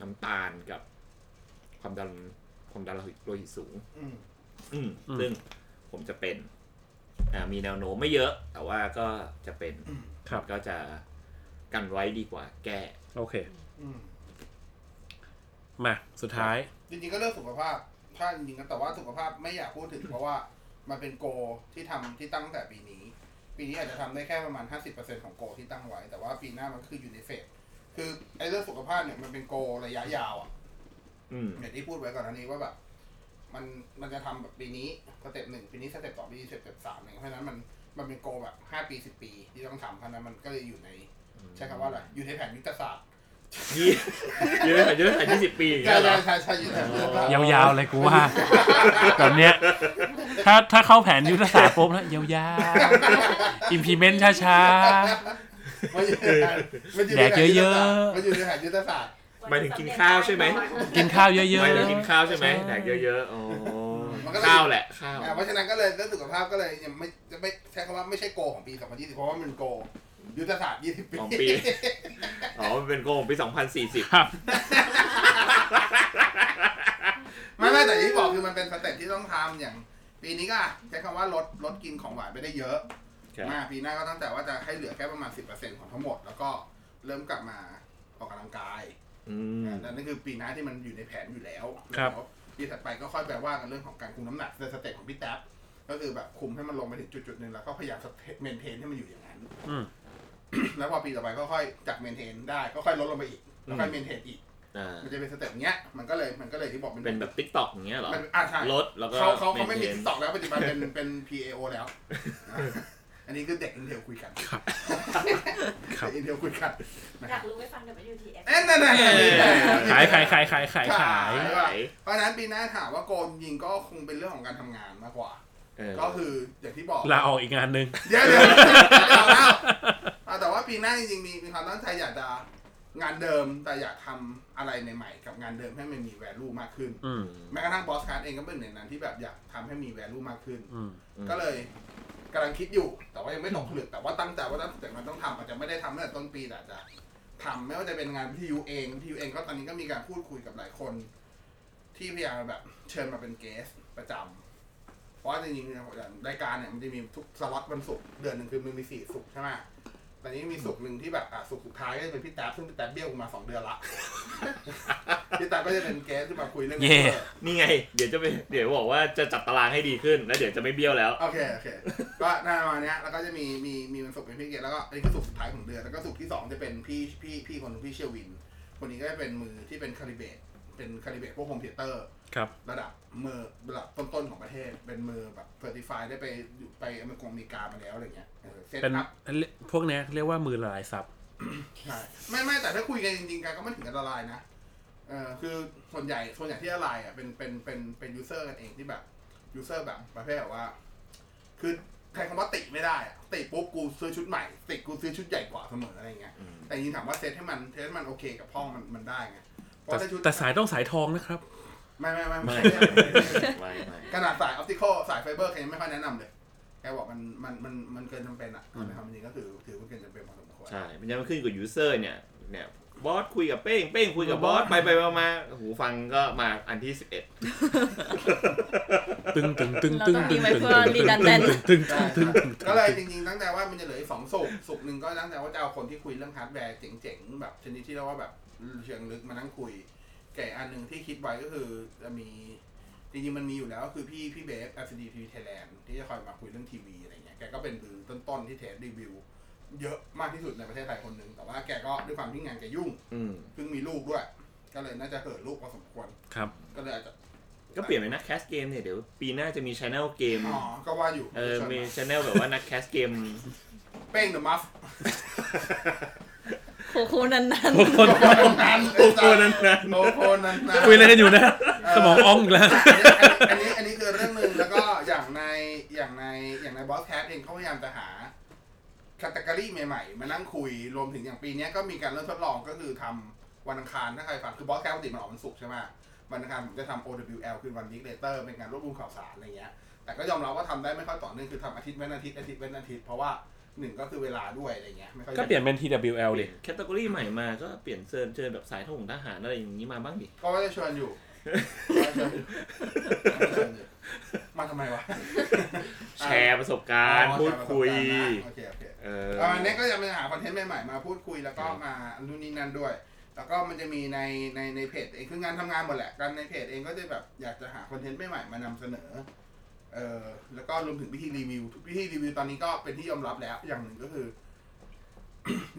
น้ำตาลกับความดันความดันโลหิตสูง อืม อืม อืม ซึ่งผมจะเป็น อ่า มีแนวโน้มไม่เยอะ แต่ว่าก็จะเป็น ครับ ก็จะกันไว้ดีกว่าแก้ โอเค อืม มาสุดท้าย จริงๆก็เรื่องสุขภาพ ถ้าจริงๆก็แต่ว่าสุขภาพไม่อยากพูดถึงเพราะว่ามันเป็นโกลที่ทำที่ตั้งแต่ปีนี้ ปีนี้อาจจะทำได้แค่ประมาณ 50%ของโกลที่ตั้งไว้ แต่ว่าปีหน้ามันคืออยู่ในเฟสคือไอ้เรื่องสุขภาพเนี่ยมันเป็นโกลระยะยาวอ่ะ อืม อย่างที่พูดไว้ก่อนอันนี้ว่าแบบมันมันจะทำแบบปีนี้สเต็ปหนึ่งปีนี้สเต็ปสองปีนี้สเต็ปสามอะไรเงี้ยเพราะฉะนั้นมันมันเป็นโกลแบบห้าปีสิบปีที่ต้องทำเพราะฉะนั้นมันก็เลยอยู่ในใช้คำว่าอะไรอยู่ในแผนยุทธศาสตร์ ยี่ [laughs] ยืดยืดหายยี่สิบปีอย่าง ใช่ เงี้ยเหร ใช่ อ ใช่ใช่อยู่ในแผนยุทธศาสตร์ ยาวๆเลยกู [laughs] ว่า แบบเนี้ย ถ้าถ้าเข้าแผนยุทธศาสตร์ปุ๊บแล้วยาวๆ implement ช้า มันอยู่ในหามันอยู่ใน แดกเยอะๆ มันอยู่ในแผนยุทธศาสตร์ หมายถึงกินข้าวใช่ไหม ๆ กินข้าวเยอะ ไม่ได้กินข้าวใช่ไหม ใช่ แดกเยอะๆอ๋อข้าวแหละ ข้าว อ่าเพราะฉะนั้นก็เลยเรื่องสุขภาพก็เลยยังไม่จะไม่ใช้คำว่าไม่ใช่โกของปี 2020 เพราะว่ามันโกยุทธศาสตร์ 20 ปี ของปี อ๋อ มันเป็นโกงปีสองพันสี่สิบ ๆ ครับ ไม่ไม่แต่อย่างที่บอกคือมันเป็นสเต็ปที่ต้องทำอย่าง ปีนี้ก็อ่ะใช้คำว่าลดลดกินของหวานไปได้เยอะ มากปีหน้าก็ตั้งแต่ว่าจะให้เหลือแค่ประมาณ 10%ของทั้งหมด แล้วก็เริ่มกลับมาออกกำลังกาย อืม นั่นนั่นคือปีหน้าที่มันอยู่ในแผนอยู่แล้ว ครับ แล้วปีถัดไปก็ค่อยไปว่ากันเรื่องของการคุมน้ำหนักในสเต็ปของพี่แท็บก็คือแบบคุมให้มันลงไปถึงจุดๆหนึ่งแล้วก็พยายามเมนเทนให้มันอยู่อย่างนั้น อืม แล้วพอปีต่อไปก็ค่อยจากเมนเทนได้ก็ค่อยลดลงไปอีกแล้วค่อย อืม เมนเทนอีก อ่า มันจะเป็นสเต็ปเนี้ยมันก็เลยมันก็เลยที่บอกมัน เป็นแบบติ๊กต็อกอย่างเงี้ยเหรอ มันอ่าใช่ ลดแล้วก็ เขาเขาเขาไม่มี นทน t ิ k ตอกแล้วปัจจุบันเป็นเป็น PAO แล้ว อันนี้คือเด็กอินเทลคุยกัน ครับ ครับ เด็กอินเทลคุยกันนะ อ ค ยา รับ กรู้ไปฟัง WTF แน่นแน่นแน่นแน่นแน่นแน่น ขายขายขายขายขายขาย ขาย เพราะฉะนั้นปีหน้าถามว่าโกนยิงก็คงเป็นเรื่องของการทำงานมากกว่า เออ ก็คืออย่างที่บอก ลาออกอีกงานหนึ่ง เดี๋ยวเดี๋ยวเดี๋ยวนะอ่ะแต่ว่าปีหน้าจริงๆมีมีความตั้งใจอยากจะงานเดิมแต่อยากทำอะไรใหม่ๆกับงานเดิมให้มันมี value มากขึ้น อืม แม้กระทั่งบอสการ์ดเองก็เป็นหนึ่งในนั้นที่แบบอยากทำให้มี value มากขึ้น อืม ก็เลยกำลังคิดอยู่ แต่ว่ายังไม่ตกผลึกแต่ว่าตั้งใจว่าตั้งแต่มันต้องทำอาจจะไม่ได้ทำตั้งแต่ต้นปีแต่อาจจะทำไม่ว่าจะเป็นงานพิทยุเองพิทยุเองก็ตอนนี้ก็มีการพูดคุยกับหลายคน ที่พยายามแบบเชิญมาเป็นเกสประจำเพราะว่าจริงๆอย่างรายการเนี่ยมันจะมีทุกสล็อตวันศุกร์เดือนหนึ่งคือมันมีสี่ศุกร์ใช่ไหมตอนนี้มีศุกร์หนึ่งที่แบบอ่ะศุกร์สุดท้ายก็จะเป็นพี่แต๊บซึ่งพี่แต๊บเบี้ยวกูมาสองเดือนละ [laughs] พี่แต๊บก็จะเป็นเกสที่มาคุยเรื่อง เย่ เออ นี่ไง เดี๋ยวจะไปเดี๋ยวบอกว่าจะจัดตารางให้ดีขึ้น แล้วเดี๋ยวจะไม่เบี้ยวแล้ว โอเค โอเค ก็หน้าวันเนี้ยแล้วก็จะมีมีมีวันศุกร์เป็นพี่เกดแล้วก็อันนี้ก็ศุกร์สุดท้ายของเดือนแล้วก็ศุกร์ที่สองจะเป็นพี่พี่พี่คนหนึ่งพี่เชียร์วิน คนนี้ก็จะเป็นมือที่เป็นคาลิเบตเป็นคาลิเบตพวกโฮมเทเตอร์ ครับ ระดับมือระดับต้นๆของประเทศ เป็นมือแบบเซอร์ติฟายได้ไปอยู่ไปอเมริกงอเมริกามาแล้วอะไรเงี้ยเซต เป็น อัพ พวกเนี้ยเรียกว่ามือละลายซับ ใช่ไม่ไม่แต่ถ้าคุยกันจริงๆกันก็ไม่ถึงกับละลายนะเออคือส่วนใหญ่ส่วนใหญ่ที่ละลายอ่ะเป็นเป็นเป็นเป็นยูเซอร์กันเองที่แบบยูเซอร์แบบประเภทแบบว่า คือใช้คำว่าติไม่ได้อะติปุ๊บกูซื้อชุดใหม่ ติกูซื้อชุดใหญ่กว่าเสมออะไรเงี้ย อืม แต่จริงๆถามว่าเซตให้มันเซตให้มันโอเคกับพ่อมันมันได้ไงเพราะ แต่ ถ้าชุด แต่สายต้องสายทองนะครับ ไม่ไม่ไม่ไม่ ไม่ไม่ ขนาดสายออปติคอลสายไฟเบอร์แกยังไม่ค่อยแนะนำเลย แกบอกมันมันมันมันเกินจำเป็นอ่ะ อืม ทำจริงก็คือถือว่าเกินจำเป็นพอสมควร ใช่มันยังขึ้นกับยูเซอร์เนี่ยเนี่ยบอสคุยกับเป้งเป้งคุยกับบอสไปไปมามาหูฟังก็มาอันที่สิบเอ็ด ตึงตึงตึง เรา ตึง ต้อง ตึ มี ง ไว้ ตึง เพื่ ตึ อง ตึงตึ redundant ง ใช่ ตึงตึง ก็เลยจริงๆตั้งใจว่ามันจะเหลืออีกสองสุกสุกหนึ่งก็ตั้งใจว่าจะเอาคนที่คุยเรื่องฮาร์ดแวร์เจ๋งๆ แบบชนิดที่เรียกว่าแบบเชิงลึกมานั่งคุย แกอันหนึ่งที่คิดไว้ก็คือจะมี จริงๆมันมีอยู่แล้วก็คือพี่พี่เบฟ LCD TV Thailand ที่จะคอยมาคุยเรื่องทีวีอะไรเงี้ยแกก็เป็นมือต้นๆที่เทสรีวิว เยอะมากที่สุดในประเทศไทยคนหนึ่งแต่ว่าแกก็ด้วยความที่งานแกยุ่ง อืม เพิ่งมีลูกด้วย ก็เลยน่าจะเหิดลูกพอสมควร ครับ ก็เลยอาจจะ ก็เปลี่ยนไปนนักแคสเกมเนี่ยเดี๋ยวปีหน้าจะมีช anel เกม อ๋อ ก็ว่าอยู่ เออ ชวน มี มา ช anel แบบว่านักแคสเกม เป้งเดอะมัฟ โคโคนั้นนั้น พวกคน โคนั้น โอ้โหนั้นนั้น โอ้โคนั้นนะ คุยอะไรกันอยู่นะ สมองอ่องอีกแล้ว อันนี้อันนี้อันนี้คือเรื่องหนึ่งแล้วก็อย่างในอย่างในอย่างในบอสแคสเองเขาพยายามจะหาแคตตากรีใหม่ๆ มานั่งคุยรวมถึงอย่างปีเนี้ยก็มีการเริ่มทดลองก็คือทำวันอังคารถ้าใครฟังคือบอสแคสปกติมันออกวันศุกร์ใช่ไหมวันอังคารผมจะทำ OWL คือวัน week later เป็นการรวบรวมข่าวสารอะไรเงี้ย แต่ก็ยอมรับว่าทำได้ไม่ค่อยต่อเนื่องคือทำอาทิตย์เว้นอาทิตย์อาทิตย์เว้นอาทิตย์เพราะว่าหนึ่งก็คือเวลาด้วยอะไรเงี้ยไม่ค่อย ก็เปลี่ยนเป็น TWL ดิ แคตตาล็อใหม่มาก็เปลี่ยนเชิญเชิญแบบสายทหารทหารอะไรอย่างนี้มาบ้างดิ ก็ว่าจะชวนอยู่ก็จะชวนอยู่ก็จะชวนอยู่มาทำไมวะ แชร์ประสบการณ์ อ๋อ พูดคุย โอเคโอเค เออ เอ่อเนี่ยก็จะมาหาคอนเทนต์ใหม่ๆมาพูดคุยแล้วก็มานู่นนี่นั่นด้วย แล้วก็มันจะมีในในในเพจเองคืองานทำงานหมดแหละการในเพจเองก็จะแบบอยากจะหาคอนเทนต์ใหม่ๆมานำเสนอเออแล้วก็รวมถึงวิธีรีวิวทุกวิธีรีวิวตอนนี้ก็เป็นที่ยอมรับแล้วอย่างหนึ่งก็คือ [coughs]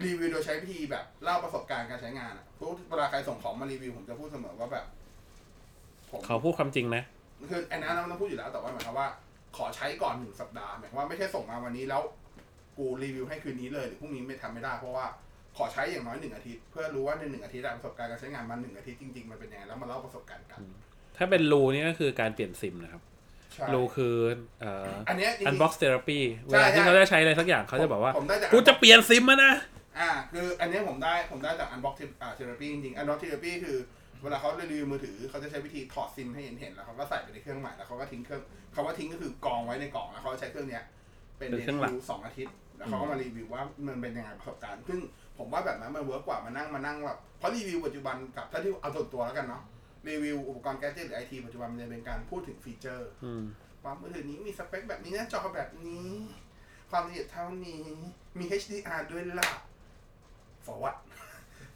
รีวิวโดยใช้วิธีแบบเล่าประสบการณ์การใช้งานอะทุกเวลาใครส่งของมารีวิวผมจะพูดเสมอว่าแบบผม ขอพูดความจริงนะ คือไอ้นั้นเราต้องพูดอยู่แล้วแต่ว่าหมายความว่าขอใช้ก่อนหนึ่งสัปดาห์หมายความว่าไม่ใช่ส่งมาวันนี้แล้ว กูรีวิวให้คืนนี้เลยหรือพรุ่งนี้ไม่ทำไม่ได้เพราะว่าขอใช้อย่างน้อยหนึ่งอาทิตย์เพื่อรู้ว่าในหนึ่งอาทิตย์อะประสบการณ์การใช้งานมันหนึ่งอาทิตย์จริงๆมันเป็นยังไงแล้วมาเล่าประสบการณ์กัน ถ้าเป็นรูนี่ก็คือการเปลี่ยนซิมนะครับ ใช่ รูคือเอ่อ อันเนี้ยจริง อัน ๆ บ็อกซ์เทอราปีเว ใช่ ลาที่ ใช่ เขาจะใช้อะไรสักอย่างเขาจะบอกว่า ผมได้จาก กูจะเปลี่ยนซิมแล้วนะ อ่าคืออันเนี้ยผมได้ผมได้จากอันบ็อกเทอราปีจริงๆอันบ็อกเทอราปีคือเวลาเขารีวิวมือถือเขาจะใช้วิธีถอดซิมให้เห็นเห็นๆแล้วเขาก็ใส่ไปในเครื่องใหม่แล้วเขาก็ทิ้งเครื่องคำว่าทิ้งก็คือกองไว้ในกล่องแล้วเขาใช้เครื่องเนี้ย เป็น เป็น รี เครื่องหลัก วิวสองอาทิตย์ แล้วเขาก็มารีวิวว่ามันเป็นยังไงประสบการณ์ซึ่งผมว่าแบบนั้นมันเวิร์กกว่ามานั่งมานั่งแบบเพราะรีวิวปัจจุบันกับถ้าที่เอาส่วนตัวแล้วกันเนาะรีวิวอุปกรณ์แกดเจิตหรือไอทีปัจจุบันมันจะเป็นการพูดถึงฟีเจอร์ อืม ว่ามือถือนี้มีสเปคแบบนี้หน้าจอแบบนี้ ความละเอียดเท่านี้ มี HDR ด้วยล่ะ for what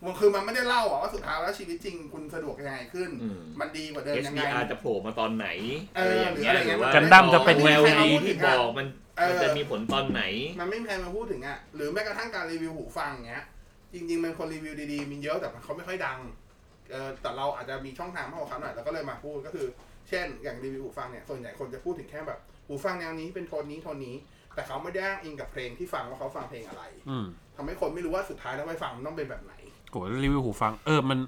มันคือมันไม่ได้เล่าอะว่าสุดท้ายแล้วชีวิตจริงคุณสะดวกยังไงขึ้น อืม มันดีกว่าเดิมยังไง HDR จะโผล่มาตอนไหน เออ อะไรอย่างเงี้หรืออะยไร ห เงี้ รื ย อว่า กันดั้มจะเป็น แวว ยังไง ดีที่บอกมัน เออ มันจะมีผลตอนไหน มันไม่มีใครมาพูดถึงอะหรือแม้กระทั่งการรีวิวหูฟังเงี้ย จริงๆมันคนรีวิวดีๆ มีเยอะแต่เขาไม่ค่อยดังเออแต่เราอาจจะมีช่องทางมากกว่าเขาหน่อยแล้วก็เลยมาพูดก็คือ เช่น อย่างรีวิวหูฟังเนี่ยส่วนใหญ่คนจะพูดถึงแค่แบบหูฟังแนวนี้เป็นโทนนี้โทนนี้ แต่เขาไม่ได้อ้างอิงกับเพลงที่ฟังว่าเขาฟังเพลงอะไร อืม ทำให้คนไม่รู้ว่าสุดท้ายแล้วไปฟังมันต้องเป็นแบบไหน โหรีวิวหูฟัง เออมัน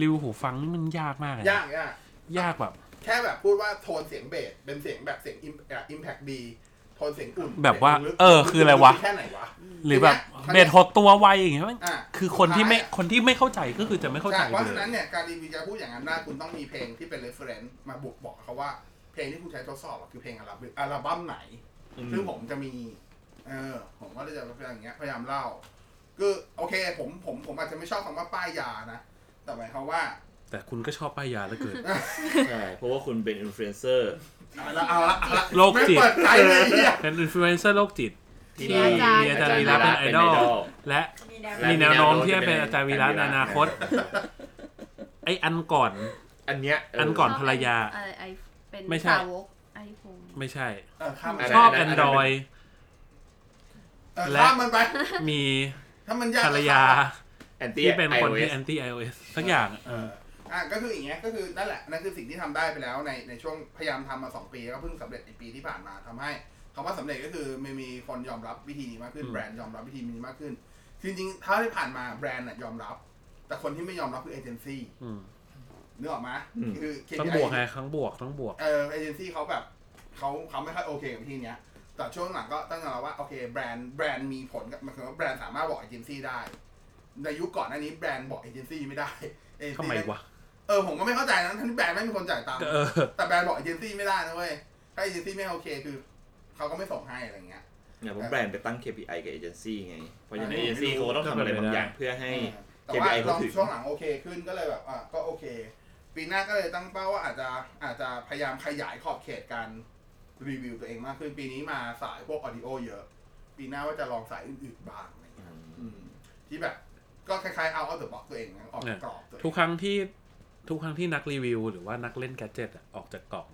รีวิวหูฟังนี่มันยากมากเลยนะ ยากยาก ยากแบบ แค่แบบพูดว่าโทนเสียงเบสเป็นเสียงแบบเสียงอิมแพคดีโทนเสียงอุ่น แบบว่า สียงลึก เออคืออะไรวะ แค่ไหนวะ หรือแบบ ที เบ เนี้ย สหดตัวไวอย่างเงี้ยมัน อ่ะ คือคนที่ไม่ สุดท้ายอะ คนที่ไม่เข้าใจก็คือจะไม่เข้าใจ ใช่เพราะ เล ฉะนั้น ย เนี่ยการรีวิวจะพูดอย่างนั้นได้คุณต้องมีเพลงที่เป็น reference มาบวกบอกเขาว่าเพลงที่คุณใช้ทดสอบอะคือเพลงอะไรอัลบั้มไหน อืม ซึ่งผมจะมี เออ ผมก็จะพยายามอย่างเงี้ยพยายามเล่า คือโอเค ผมผมผมอาจจะไม่ชอบคำว่าป้ายยานะ แต่หมายความว่า แต่คุณก็ชอบป้ายยาเหลือเกิน ใช่เพราะว่าคุณเป็นอินฟลูเอนเซอร์ เอาละเอาละเอาละ โรคจิต ไม่เปิดใจเลยเหี้ย เป็นอินฟลูเอนเซอร์โรคจิต ที่ ที่ อาจารมีอาจารย์ย์วีระเป็นไอดอลและ มีแนว และ มีแนวโน้มที่จะเป็นอาจารย์วีระในอนาคต ไออันก่อน อันเนี้ยเ นก่อนภรรยา อะไรไอเป็น ไม่ใช่ สาวกไอโฟน ไม่ใช่ เออข้ามมั ะ น ไร ชอบ อะไร แอ อะไร นดรอย เออ และ ข้ามมันไป มี ถ้ามันยาก ภรรยา แอนตี้ ที่เป็นคน ไอโอเอ ที่ ส แอนตี้ไอโอเอสสักอย่างอะ เอออ่ะก็คืออย่างเงี้ยก็คือนั่นแหละนั่นคือสิ่งที่ทำได้ไปแล้วในในช่วงพยายามทำมาสองปีแล้วก็เพิ่งสำเร็จในปีที่ผ่านมาทำให้คำว่าสำเร็จก็คือไม่มีคนยอมรับวิธีนี้มากขึ้นแบรนด์ยอมรับวิธีนี้มากขึ้น จริงๆเท่าที่ผ่านมาแบรนด์น่ะยอมรับ แต่คนที่ไม่ยอมรับคือเอเจนซี่ อืม นึกออกไหม อืม คือ KPI ต้องบวกไงครั้งบวกต้องบวก เออเอเจนซี่เขาแบบเขาเขาไม่ค่อยโอเคกับที่เนี้ย แต่ช่วงหลังก็ตั้งใจแล้วว่าโอเคแบรนด์แบรนด์มีผลกับหมันคือว่าแบรนด์สามารถบอกเอเจนซี่ได้ ในยุคก่อนหน้านี้แบรนด์บอกเอเจนซี่ไม่ได้เอเจน ทำไม ซี่ วะ เออผมก็ไม่เข้าใจนะทั้งที่แบรนด์ไม่มีคนจ่ายตังค์ เออ แต่แบรนด์บอกเอเจนซี่ไม่ได้นะเว้ยถ้าเอเจนซี่ไม่โอเคคือเขาก็ไม่ส่งให้อะไรเงี้ย เนี่ยผมแบรนด์ไปตั้ง KPI กับเอเจนซี่ไง เพราะฉะนั้น อ่า เอเจนซี่เขาก็ต้องทำอะไรบางอย่างเพื่อให้ แต่ว่า KPI ลอง เขาถึง ช่วงหลังโอเคขึ้นก็เลยแบบอ่ะก็โอเค ปีหน้าก็เลยตั้งเป้าว่าอาจจะอาจจะพยายามขยายขอบเขตการรีวิวตัวเองมากขึ้น ปีนี้มาสายพวกออดิโอเยอะ ปีหน้าว่าจะลองสายอื่นๆบ้างอะไรเงี้ยอืมที่แบบก็คล้ายๆเอาเอาเดอะบ็อกตัวเองนะออกจากกรอบตัวเอ ทุก ง ครั้งที่ทุกครั้งที่นักรีวิว หรือว่านักเล่นแกดเจิตอะออกจากกล่อง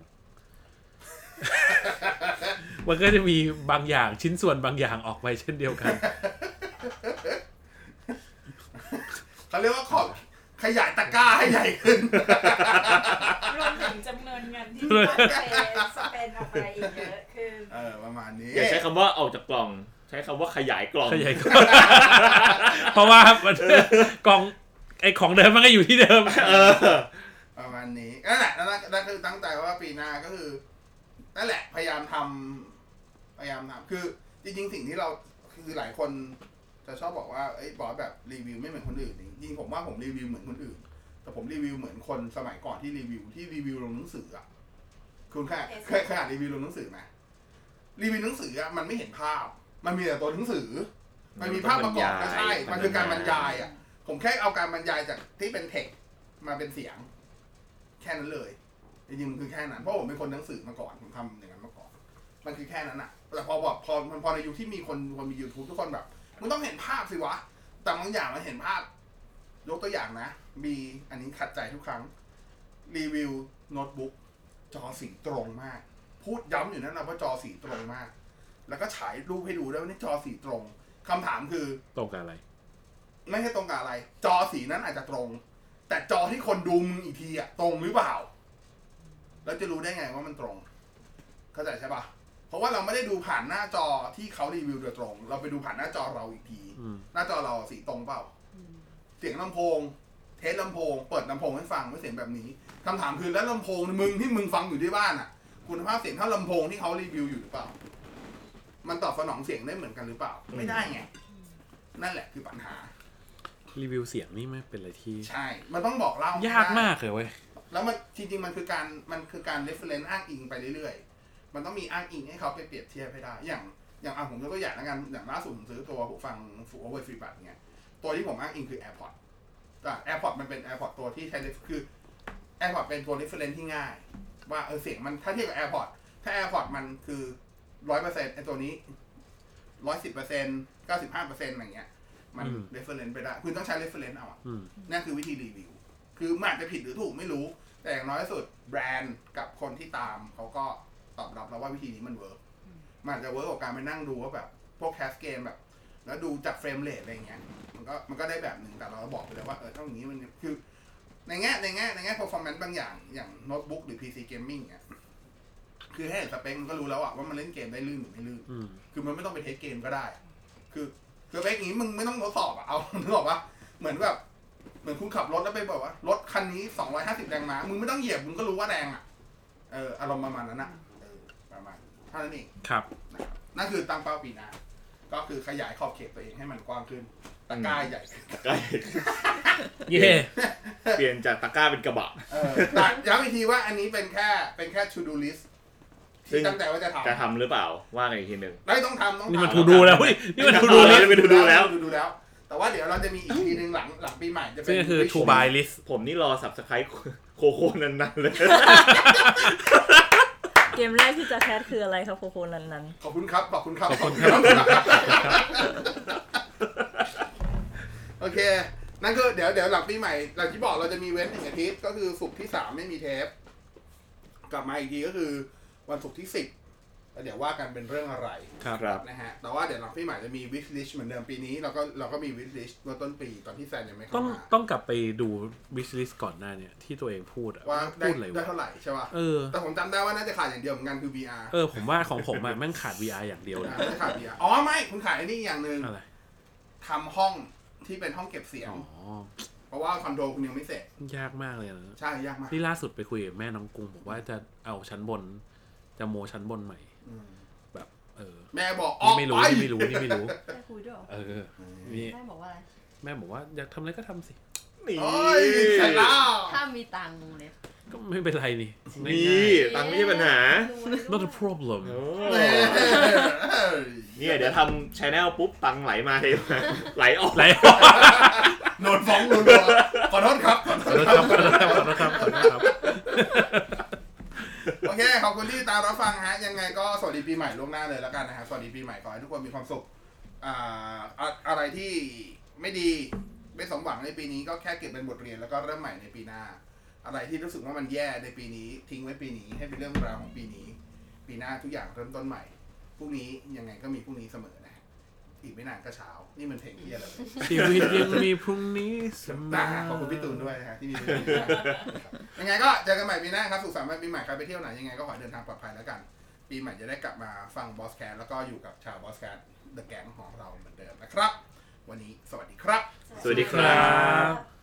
[laughs] มันก็จะมีบางอย่างชิ้นส่วนบางอย่างออกไปเช่นเดียวกัน เขาเรียกว่าขอบขยายตะกร้าให้ใหญ่ขึ้น รวมถึงจำนวนเงินที่ต้องเปสเปนออกไปอีกเยอะคือ เออประมาณนี้ อย่าใช้คำว่าออกจากกล่อง ใช้คำว่าขยายกล่อง ขยายกล่อง [laughs] เพราะว่ามันกล่องไอของเดิมมันก็อยู่ที่เดิม เออ ประมาณนี้นั่นแหละนั่นแหละนั่นคือตั้งใจว่าปีหน้าก็คือนั่นแหละพยายามทำพยายามทำคือจริง ๆ สิ่งที่เราคือหลายคนจะชอบบอกว่าเอ้ยบอสแบบรีวิวไม่เหมือนคนอื่นจริงๆผมว่าผมรีวิวเหมือนคนอื่น แต่ผมรีวิวเหมือนคนสมัยก่อนที่รีวิวที่รีวิวลงหนังสืออ่ะคุณเคยเคยเคยอ่านรีวิวลงหนังสือไหมรีวิวหนังสืออ่ะมันไม่เห็นภาพ มันมีแต่ตัวหนังสือ มันมีภาพประกอบก็ใช่ มันคือการบรรยายอ่ะ ผมแค่เอาการบรรยายจากที่เป็นเทคมาเป็นเสียง แค่นั้นเลย จริงๆมันคือแค่นั้น เพราะผมเป็นคนหนังสือมาก่อน ผมทำอย่างนั้นมาก่อน มันคือแค่นั้นอ่ะ แต่พอแบบพอมันพอในยุคที่มีคนคนมียูทูบทุกคนแบบ มันต้องเห็นภาพสิวะ แต่บางอย่างมันเห็นภาพ ยกตัวอย่างนะ มีอันนี้ขัดใจทุกครั้ง รีวิวโน้ตบุ๊กจอสีตรงมาก พูดย้ำอยู่นั่นนะว่าจอสีตรงมาก แล้วก็ฉายรูปให้ดูด้วยว่านี่จอสีตรงคำถามคือ [laughs] ตรงกับอะไร ไม่ใช่ตรงกับอะไร จอสีนั้นอาจจะตรง แต่จอที่คนดูมึงอีกทีอะตรงหรือเปล่า แล้วจะรู้ได้ไงว่ามันตรง เข้าใจใช่ปะเพราะว่าเราไม่ได้ดูผ่านหน้าจอที่เขารีวิวโดยตรง เราไปดูผ่านหน้าจอเราอีกที อืม หน้าจอเราสีตรงเปล่า เสียงลำโพง เทสลำโพง เปิดลำโพงให้ฟังว่าเสียงแบบนี้คำถามคือแล้วลำโพงมึงที่มึงฟังอยู่ที่บ้านอะคุณภาพเสียงเท่าลำโพงที่เขารีวิวอยู่หรือเปล่า มันตอบสนองเสียงได้เหมือนกันหรือเปล่า ไม่ได้ไง นั่นแหละคือปัญหา รีวิวเสียงนี่ไม่เป็นอะไรที่ ใช่ มันต้องบอกเล่ายาย ากมากเลยเว้ย แล้วมันจริงๆ มันคือการ มันคือการ reference อ้างอิงไปเรื่อยๆ มันต้องมีอ้างอิงให้เขาไปเปรียบเทียบให้ได้ อย่าง อย่างอ่ะผมยกตัวอย่างแล้วกัน อย่างล่าสุดผมซื้อตัวหูฟังฟูโอเวอร์ฟรีบัตเนี่ย ตัวที่ผมอ้างอิงคือ AirPod แต่ AirPod มันเป็น AirPod ตัวที่ใช้ ref- คือ AirPod เป็นตัว reference ที่ง่าย ว่าเออเสียงมันถ้าเทียบกับ AirPod ถ้า AirPod มันคือร้อยเปอร์เซ็นต์ไอตัวนี้ร้อยสิบเปอร์เซ็นต์เก้าสิบห้าเปอร์เซ็นต์อะไรเงี้ย มัน อืม reference ไปได้ คุณต้องใช้ reference เอาอะ อืม นั่นคือวิธีรีวิว คือมันอาจจะผิดหรือถูกไม่รู้ แต่อย่างน้อยที่สุดแบรนด์กับคนที่ตามเขาก็ตอบรับแล้วว่าวิธีนี้มันเวิร์กมันอาจจะเวิร์กกับการไปนั่งดูว่าแบบพวกแคสเกมแบบ แล้วดูจากเฟรมเรทอะไรอย่างเงี้ย มันก็มันก็ได้แบบหนึ่งแต่เราบอกไปแล้วว่าเออต้องอย่างนี้มันคือ ในแง่ในแง่ในแง่ performance บางอย่างอย่างโน้ตบุ๊กหรือ PC gaming เนี่ย คือให้เห็นสเปคมันก็รู้แล้วอะว่ามันเล่นเกมได้ลื่นหรือไม่ลื่น อืม คือมันไม่ต้องไปเทสเกมก็ได้ คือคือไปอย่างนี้มึงไม่ต้องทดสอบอะเอา [laughs] นึกออกปะเหมือนแบบ เหมือนคุณขับรถแล้วไปบอกว่ารถคันนี้ 250 แรงม้า มึงไม่ต้องเหยียบ มึงก็รู้ว่าแรงอะเออ อารมณ์ประมาณนั้นอะเออ ประมาณเท่านั้นเอง ครับ นะครับนั่นคือตั้งเป้าปีหน้า ก็คือขยายขอบเขตตัวเองให้มันกว้างขึ้นตะกร้าใหญ่ขึ้น ตะกร้า เย่ เปลี่ยนจากตะกร้าเป็นกระบะ เออแต่ย้ำอีกทีว่าอันนี้เป็นแค่ เป็นแค่ to do list ซึ่ง ที่ตั้งใจว่าจะทำ จะทำหรือเปล่า ว่ากันอีกทีหนึ่ง ได้ต้องทำต้อง นี่มัน ทำ ทูดูแล้วเว้ยนี่มันทูดู แล้ แล้ว ว เป็น to do แล้ว ดูดูแล้ว แต่ว่าเดี๋ยวเราจะมีอีกทีหนึ่งหลังหลังปีใหม่จะเป็ ซึ่ง น ก็คือ wish to list buy list ผมนี่รอสับสไครต์โคโค่นานๆเลย เกมแรกที่จะแคสคืออะไรครับโคโคนั้นนั้น ขอบคุณครับ ขอบคุณครับ ขอบคุณครับ โอเค นั่นก็เดี๋ยวเดี๋ยวหลังปีใหม่เราที่บอกเราจะมีเว้นหนึ่งอาทิตย์ ก็คือศุกร์ที่สามไม่มีเทป กลับมาอีกทีก็คือวันศุกร์ที่สิบแล้วเดี๋ยวว่ากันเป็นเรื่องอะไร ครับ ครับ นะฮะ แต่ว่าเดี๋ยวหลังปีใหม่จะมีวิชลิชเหมือนเดิมปีนี้ เราก็เราก็มีวิชลิชเมื่อต้นปีตอนที่แซนยังไม่ ต้อ เข้าง มา ต้องกลับไปดูวิชลิสก่อนหน้าเนี่ย ที่ตัวเองพูดอะ ว่าได้ พูดอะไร ได้ วะ เท่าไหร่ใช่ป่ะ เออ แต่ผมจำได้ว่าน่าจะขาดอย่างเดียวเหมือนกันคือ VR เออ ผมว่าของผมอะแม่งขาด VR อย่างเดียวเลย อ่าไม่ขายเบียร์อ๋อไม่คุณขายไอ้นี่อย่างหนึ่ง อะไร ทำห้องที่เป็นห้องเก็บเสียง อ๋อ เพราะว่าคอนโดคุณยังไม่เสร็จ ยากมากเลยนะ ใช่ ยากมาก นี่ล่าสุดไปคุยกับแม่น้องกรุงบอกว่าจะเอาชั้นบน จะโมชั้นบนใหม่ อืม แบบ เออ แม่บอกออ นี่ ก ไม่ ไป รู้นี่ไม่รู้นี่ไม่รู้ ได้คุยด้วยเหรอ เออนี่ แม่บอกว่าอะไร แม่บอกว่าอยากทำอะไรก็ทำสิ นี่ โอ้ยเสร็จแล้ว ถ้ามีตังค์วงเล็บ ก็ไม่เป็นไรนี่ นี่ ง่าย ตังค์ไม่ใช่ปัญหา ๆ not a problem โอ้ เอ้ย เนี่ยเดี๋ยวทำชแนลปุ๊บ ตังค์ไหลมาเทมา [laughs] ไหลออก ไร โดนฟ้องโดนฟ้องขอโทษครับขอโท ขอ ษครัโทษครับบ ขอโทษครับขอโทษค [laughs] รับขอโทษครับ โอเค ขอบคุณที่ตามรับฟังฮะ ยังไงก็สวัสดีปีใหม่ล่วงหน้าเลยแล้วกันนะฮะ สวัสดีปีใหม่ขอให้ทุกคนมีความสุข อ่าอะอะไรที่ไม่ดี ไม่สมหวังในปีนี้ก็แค่เก็บเป็นบทเรียนแล้วก็เริ่มใหม่ในปีหน้า อะไรที่รู้สึกว่ามันแย่ในปีนี้ ทิ้งไว้ปีนี้ให้เป็นเรื่องราวของปีนี้ ปีหน้าทุกอย่างเริ่มต้นใหม่พรุ่งนี้ยังไงก็มีพรุ่งนี้เสมอนะฮะอีกไม่นานก็เช้า นี่มันเพลงเยี่ยอะไรวะ ชีวิตยังมีพรุ่งนี้เสมอ นะขอบคุณพี่ตูนด้วยนะฮะ [laughs] ที่มีเรื่องนี้นะครับยังไงก็เจอกันใหม่ปีหน้าครับ สุขสันต์วันปีใหม่ใครไปเที่ยวไหนยังไงก็ขอให้เดินทางปลอดภัยแล้วกัน ปีใหม่จะได้กลับมาฟังบอสแคสแล้วก็อยู่กับชาวบอสแคสเดอะแก๊งของเราเหมือนเดิมนะครับ วันนี้สวัสดีครับ สวัสดีครั บ